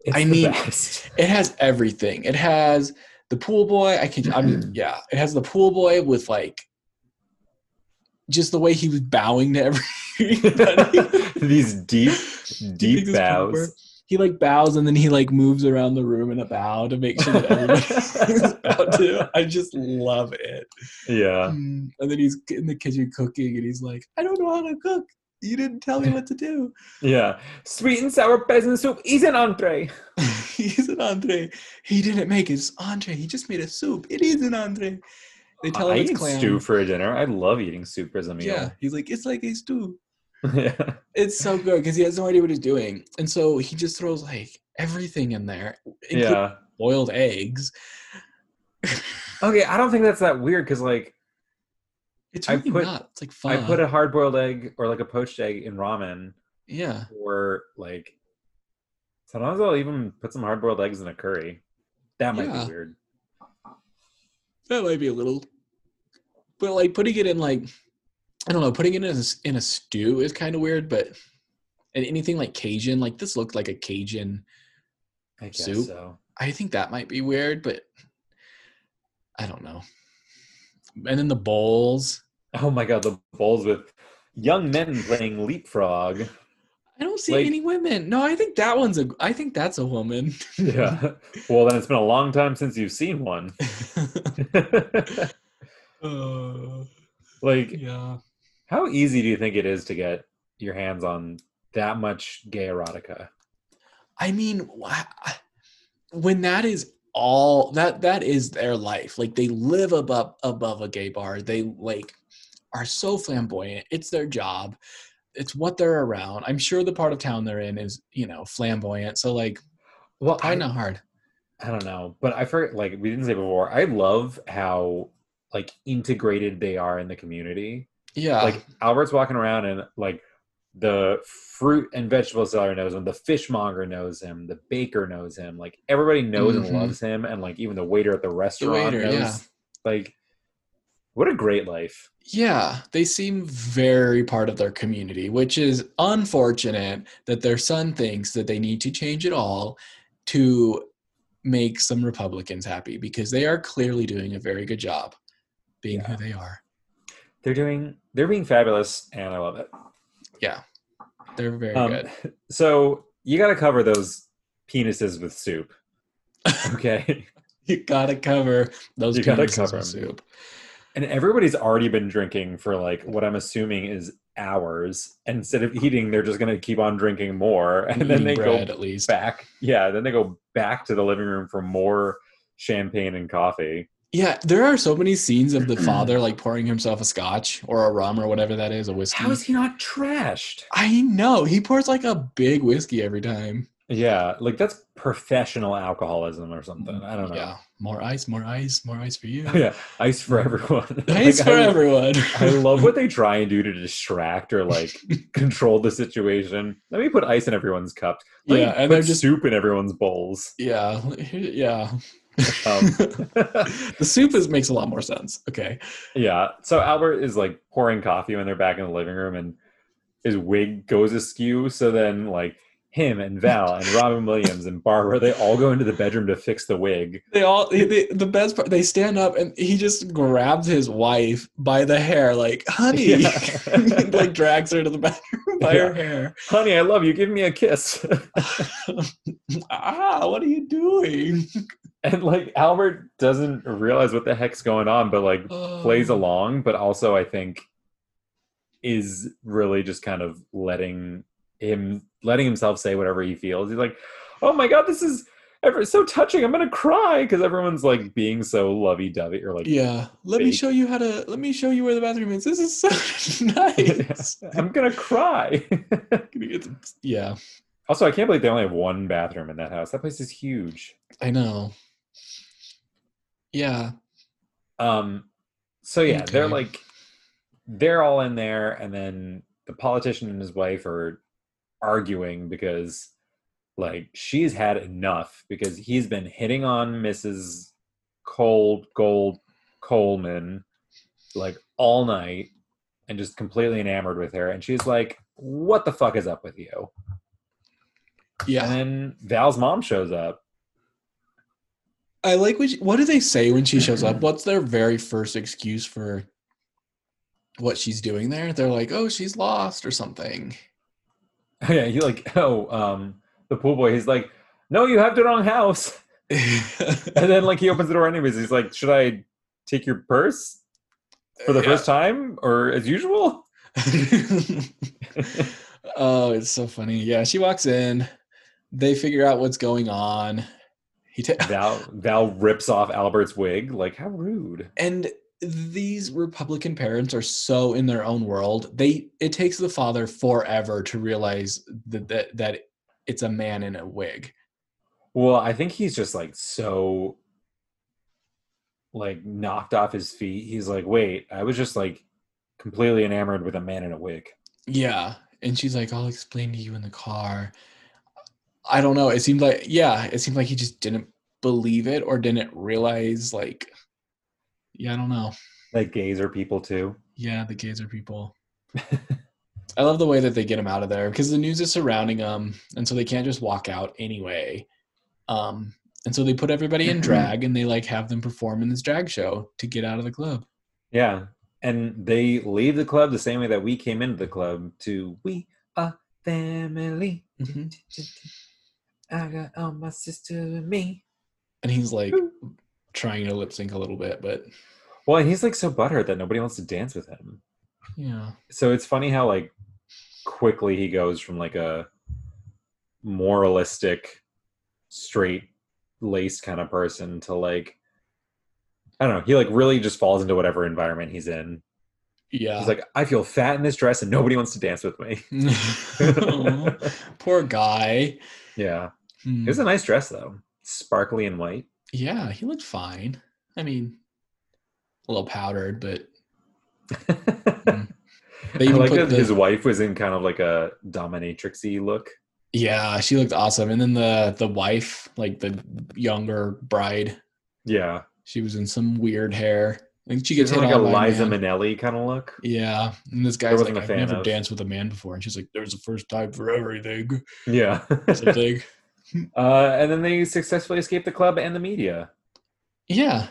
A: It's
B: I
A: the
B: mean-
A: best.
B: It has everything. It has the pool boy. I can
A: Mm-hmm.
B: I'm yeah. It has the pool boy with like just the way he was bowing to everybody.
A: these deep,
B: You think
A: deep
B: this pool boy-
A: bows.
B: He like bows and then he like moves around the room in a bow to make sure that everybody is bowed to. I just love it.
A: Yeah,
B: Mm, And then he's in the kitchen cooking and he's like, I don't know how to cook. You didn't tell me what to do.
A: yeah. Sweet and sour peasant soup is an entree.
B: he's an Andre. He didn't make his Andre. He just made a soup. It is an Andre. They tell
A: I
B: him it's
A: eat
B: clam.
A: stew for a dinner. I love eating soup as a
B: Yeah,
A: meal.
B: he's like it's like a stew.
A: yeah.
B: It's so good because he has no idea what he's doing, and so he just throws like everything in there, including
A: yeah.
B: boiled eggs.
A: Okay, I don't think that's that weird because like
B: It's
A: I
B: really
A: put-
B: not. It's like fun.
A: I put a hard-boiled egg or like a poached egg in ramen.
B: yeah.
A: or like sometimes I'll even put some hard boiled eggs in a curry. That might
B: Yeah.
A: be weird.
B: That might be a little, but like putting it in like I don't know, putting it in a, in a stew is kind of weird, but and anything like Cajun, like this looked like a Cajun.
A: I guess
B: Soup?
A: so.
B: I think that might be weird, but I don't know. And then the bowls.
A: Oh my god, the bowls with young men playing leapfrog.
B: I don't see
A: Like-
B: any women. No, I think that one's a. I think that's a woman.
A: Yeah. Well, then it's been a long time since you've seen one.
B: uh,
A: like,
B: yeah.
A: how easy do you think it is to get your hands on that much gay erotica?
B: I mean, wha- when that is all that that is their life. Like they live above above a gay bar. They like are so flamboyant. It's their job. It's what they're around. I'm sure the part of town they're in is, you know, flamboyant. So like
A: Well,
B: probably not hard.
A: I don't know, but I forget. Like we didn't say before, I love how like integrated they are in the community.
B: Yeah.
A: Like Albert's walking around and like the fruit and vegetable seller knows him, the fishmonger knows him, the baker knows him. Like everybody knows
B: Mhm.
A: and loves him, and like even the waiter at the restaurant
B: waiter,
A: knows.
B: yeah.
A: Like, what a great life!
B: Yeah, they seem very part of their community, which is unfortunate that their son thinks that they need to change it all to make some Republicans happy because they are clearly doing a very good job being who they are.
A: They're doing. They're being fabulous, and I love it.
B: They're very
A: Um,
B: good.
A: So you got to cover those penises with soup. Okay.
B: You gotta cover those
A: You gotta
B: penises
A: cover
B: with
A: 'em.
B: soup.
A: And everybody's already been drinking for like what I'm assuming is hours. And Instead of eating, they're just gonna keep on drinking more, and then
B: Eating
A: they
B: Mm, bread
A: go
B: at least.
A: back. Yeah, then they go back to the living room for more champagne and coffee.
B: Yeah, there are so many scenes of the father like pouring himself a scotch or a rum or whatever that is, a whiskey.
A: How is he not trashed?
B: I know. He pours like a big whiskey every time.
A: Yeah, like that's professional alcoholism or something. I don't know. Yeah,
B: Yeah, more ice, more ice, more ice for you.
A: ice for everyone.
B: Ice
A: Like,
B: for
A: I-
B: everyone.
A: I love what they try and do to distract or like control the situation. Let me put ice in everyone's cups. Let
B: yeah,
A: me
B: and
A: put
B: they're just
A: soup in everyone's bowls.
B: yeah, yeah.
A: Um,
B: the soup is makes a lot more sense. Okay,
A: yeah. So Albert is like pouring coffee when they're back in the living room, and his wig goes askew. So then, like him and Val and Robin Williams and Barbara, they all go into the bedroom to fix the wig.
B: they all they, they, the best part. They stand up and he just grabs his wife by the hair, like honey,
A: Yeah.
B: like drags her to the bathroom by her
A: Yeah.
B: hair.
A: Honey, I love you. Give me a kiss.
B: ah, what are you doing?
A: and like Albert doesn't realize what the heck's going on, but like plays
B: Uh,
A: along, but also I think is really just kind of letting him letting himself say whatever he feels. He's like, "Oh my god, this is ever so touching. I'm gonna cry because everyone's like being so lovey dovey or like,
B: Yeah, let me
A: Fake.
B: show you how to. Let me show you where the bathroom is. This is so nice.
A: I'm gonna cry."
B: It's- yeah,
A: also, I can't believe they only have one bathroom in that house. That place is huge.
B: I know. Yeah,
A: Um, so yeah, they're
B: Okay.
A: like they're all in there, and then the politician and his wife are arguing because like she's had enough because he's been hitting on Mrs. Cold Gold Coleman like all night and just completely enamored with her, and she's like, "What the fuck is up with you?" And
B: yeah.
A: then Val's mom shows up.
B: I like what. She, what do they say when she shows up? What's their very first excuse for what she's doing there? They're like, "Oh, she's lost" or something.
A: yeah, he like, oh, um, the pool boy. He's like, "No, you have the wrong house." And then like he opens the door anyways. He's like, "Should I take your purse for the first time or as usual?"
B: oh, it's so funny. Yeah, she walks in. They figure out what's going on. He ta-
A: Val Val rips off Albert's wig. Like, how rude.
B: and these republican parents are so in their own world they it takes the father forever to realize that that, that it's a man in a wig
A: Well, I think he's just like so like knocked off his feet. He's like, "Wait, I was just like completely enamored with a man in a wig."
B: yeah and she's like i'll explain to you in the car i don't know it seemed like yeah it seemed like he just didn't believe it or didn't realize like yeah i don't know
A: Like gays are people too.
B: yeah the gays are people I love the way that they get him out of there because the news is surrounding them, and so they can't just walk out anyway. Um, and so they put everybody in drag, and they like have them perform in this drag show to get out of the club.
A: Yeah. And they leave the club the same way that we came into the club to we are family.
B: Mhm.
A: I got all uh, um, my sister and me.
B: And he's like trying to lip sync a little bit, but
A: Well, and he's like so butthurt that nobody wants to dance with him.
B: yeah,
A: So it's funny how like quickly he goes from like a moralistic, straight laced kind of person to like I don't know, he like really just falls into whatever environment he's in.
B: yeah.
A: He's like, I feel fat in this dress and nobody wants to dance with me.
B: Aw, Poor guy.
A: Yeah.
B: Hmm.
A: It was a nice dress though. Sparkly and white.
B: Yeah, he looked fine. I mean, a little powdered, but they
A: I
B: even
A: like
B: put
A: that
B: the,
A: his wife was in kind of like a dominatrixy look.
B: yeah, she looked awesome. And then the the wife, like the younger bride,
A: Yeah.
B: she was in some weird hair. I think she
A: It's
B: gets hit
A: like a
B: on by a
A: Liza
B: man.
A: Minnelli kind of look.
B: Yeah, and this
A: I
B: guy's
A: wasn't a
B: like, I've
A: fan
B: never
A: of.
B: danced with a man before, and she's like, "There's a first time for everything."
A: Yeah.
B: Something.
A: Uh, and then they successfully escape the club and the media.
B: yeah,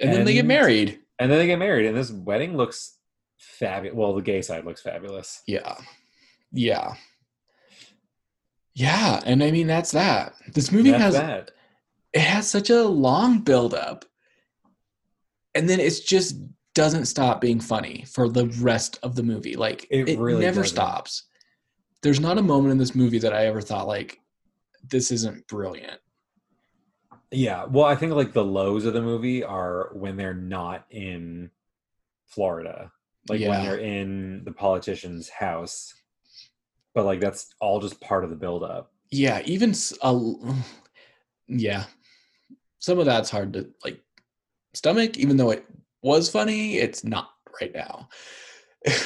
B: and, then they get
A: And-
B: married.
A: And then they get married, and this wedding looks fabulous. Well, the gay side looks fabulous.
B: Yeah. Yeah. Yeah, and I mean that's that. This movie
A: That's
B: has
A: that.
B: it has such a long build up. And then it's just doesn't stop being funny for the rest of the movie. Like
A: It
B: it,
A: really
B: never
A: doesn't.
B: stops. There's not a moment in this movie that I ever thought like this isn't brilliant.
A: Yeah. Well, I think like the lows of the movie are when they're not in Florida, like
B: Yeah.
A: when they're in the politician's house. But like that's all just part of the buildup.
B: Yeah, even s- a l- yeah. Some of that's hard to like stomach even though it was funny, it's not right now.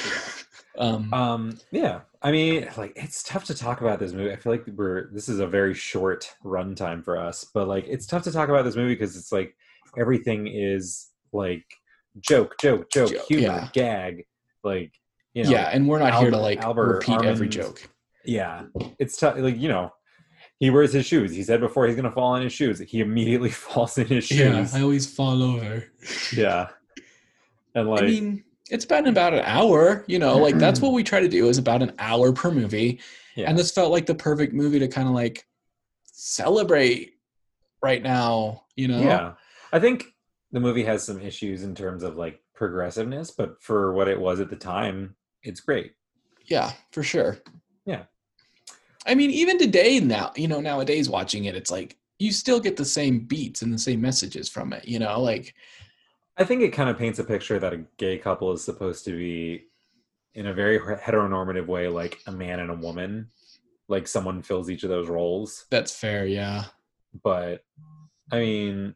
B: um
A: Um, yeah. I mean, like it's tough to talk about this movie. I feel like we're this is a very short runtime for us, but like it's tough to talk about this movie because it's like everything is like joke, joke, joke,
B: Joke,
A: humor,
B: yeah.
A: gag, like you know,
B: yeah, and we're not here to
A: Albert-
B: like
A: Albert
B: repeat every
A: Armand's-
B: joke.
A: yeah. It's tough. Like you know, he wears his shoes. He said before he's gonna fall in his shoes. He immediately falls in his
B: Yeah,
A: shoes.
B: I
A: Yeah,
B: always fall over.
A: and like
B: I mean, it's been about an hour, you know, like that's what we try to do is about an hour per movie.
A: yeah.
B: And this felt like the perfect movie to kind of like celebrate right now, you know?
A: Yeah. I think the movie has some issues in terms of like progressiveness, but for what it was at the time, it's great.
B: Yeah, for sure.
A: Yeah.
B: I mean, even today now, you know, nowadays watching it, it's like you still get the same beats and the same messages from it, you know, like
A: I think it kind of paints a picture that a gay couple is supposed to be in a very heteronormative way like a man and a woman. Like someone fills each of those roles,
B: that's fair, yeah.
A: but I mean,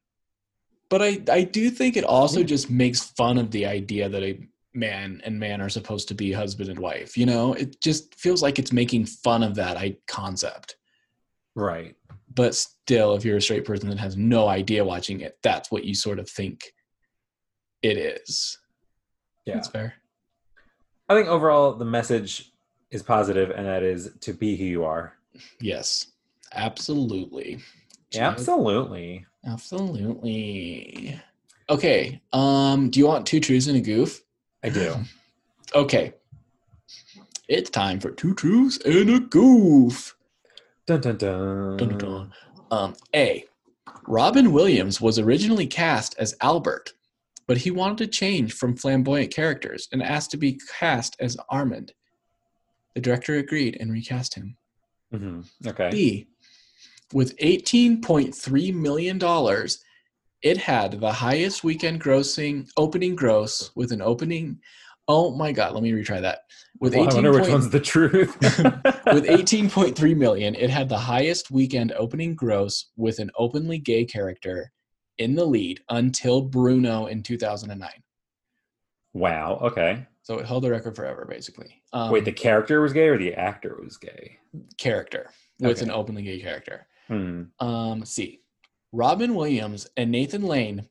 B: but I, I do think it also just makes fun of the idea that a man and man are supposed to be husband and wife. You know, it just feels like it's making fun of that I concept.
A: right.
B: But still, if you're a straight person that has no idea watching it, that's what you sort of think it is.
A: Yeah.
B: That's fair.
A: I think overall the message is positive and that is to be who you are.
B: Yes, absolutely.
A: Absolutely.
B: Absolutely. Okay. Um, do you want two truths and a goof?
A: I do.
B: Okay. It's time for two truths and a goof.
A: Dun dun dun.
B: Dun, dun, dun. Um, a. Robin Williams was originally cast as Albert, but he wanted to change from flamboyant characters and asked to be cast as Armand. The director agreed and recast him.
A: Mhm. Okay.
B: B. With $18.3 million, it had the highest weekend grossing opening gross with an opening. Oh my God, let me retry that. With
A: Well, I wonder which
B: 18.3
A: one's the truth.
B: with 18.3 million, it had the highest weekend opening gross with an openly gay character in the lead until Bruno in 2009.
A: wow. Okay.
B: So it held the record forever, basically. Um,
A: Wait, the character was gay or the actor was gay?
B: character with
A: Okay.
B: an openly gay character.
A: Hmm.
B: Um, C. Robin Williams and Nathan Lane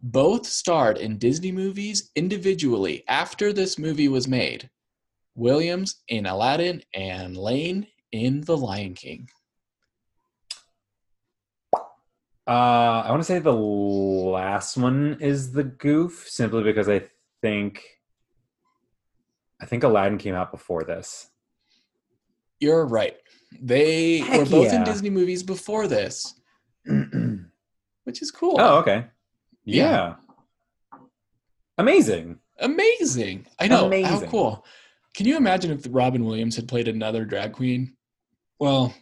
B: both starred in Disney movies individually after this movie was made, Williams in Aladdin, and Lane in The Lion King.
A: Uh, I want to say the last one is the goof, simply because I think I think Aladdin came out before this.
B: You're right. They
A: Heck
B: were both
A: yeah.
B: in Disney movies before this,
A: oh,
B: which is cool.
A: okay. Oh,
B: Yeah.
A: yeah. Amazing.
B: Amazing. I know. How
A: Amazing.
B: cool. Can you imagine if Robin Williams had played another drag queen? Well,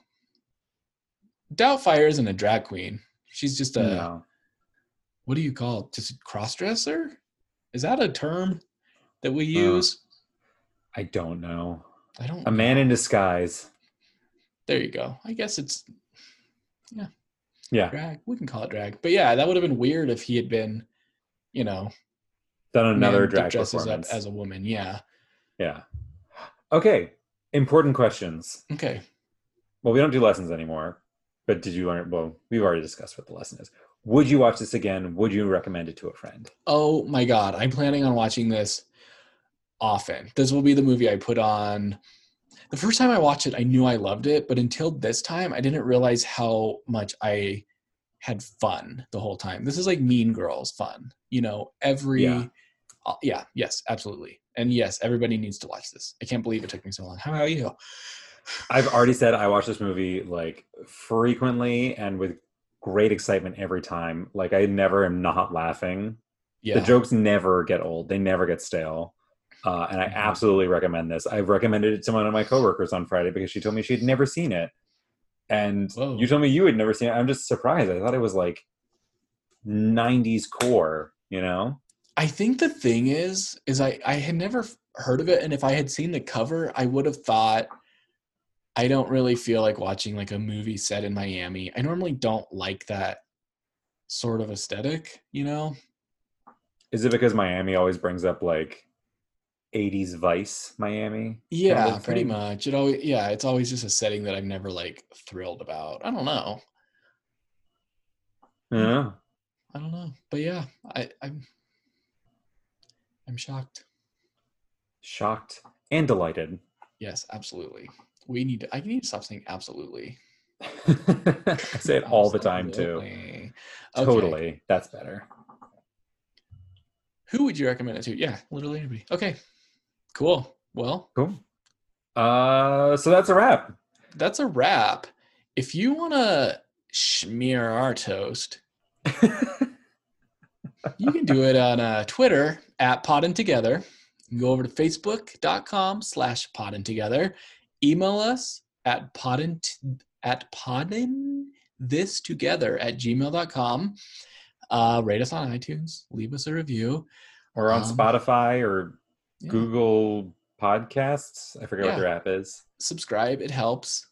B: Doubtfire isn't a drag queen. She's just a,
A: No.
B: what do you call it? Just a cross dresser? Is that a term that we
A: Uh,
B: use?
A: I don't know.
B: I don't.
A: A man in disguise.
B: there you go. I guess it's
A: Yeah.
B: drag. We can call it drag. But yeah, that would have been weird if he had been, you know,
A: Done
B: a
A: another
B: man that
A: drag
B: dresses up
A: performance.
B: as a woman. Yeah.
A: yeah. Okay. Important questions.
B: Okay.
A: Well, we don't do lessons anymore. But did you learn? Well, we've already discussed what the lesson is. Would you watch this again? Would you recommend it to a friend?
B: Oh my god, I'm planning on watching this often. This will be the movie I put on. The first time I watched it, I knew I loved it, but until this time, I didn't realize how much I had fun the whole time. This is like Mean Girls fun, you know. Every,
A: Yeah.
B: uh, yeah, yes, absolutely, and yes, everybody needs to watch this. I can't believe it took me so long. How about you?
A: I've already said I watch this movie like frequently and with great excitement every time. Like I never am not laughing.
B: Yeah,
A: The jokes never get old. They never get stale. Uh, and I
B: Mm-hmm.
A: absolutely recommend this. I've recommended it to one of my coworkers on Friday because she told me she had never seen it. And
B: Whoa.
A: you told me you had never seen it. I'm just surprised. I thought it was like 90s core, you know?
B: I think the thing is, is I I had never f- heard of it, and if I had seen the cover, I would have thought, I don't really feel like watching like a movie set in Miami. I normally don't like that sort of aesthetic, you know.
A: Is it because Miami always brings up like 80s Vice Miami?
B: Yeah,
A: of
B: pretty
A: thing.
B: much. It always yeah, it's always just a setting that I'm never like thrilled about. I don't know.
A: I don't know.
B: I don't know. But yeah, I I'm I'm shocked.
A: shocked and delighted.
B: Yes, absolutely. We need to, I need to stop saying absolutely.
A: I say it all the time too.
B: Absolutely. Okay.
A: Totally. That's better.
B: Who would you recommend it to? Yeah, literally anybody. Okay, cool. Well,
A: Cool. Uh, so that's a wrap.
B: that's a wrap. If you want to smear our toast, you can do it on uh, Twitter at Podden Together. You can go over to facebook.com slash Podden Together. Email us at Podden, t- at Podden this together at gmail.com. Uh, rate us on iTunes. Leave us a review.
A: We're on
B: Um,
A: Spotify or
B: yeah.
A: Google Podcasts. I forget
B: Yeah.
A: what their app is.
B: Subscribe. It helps.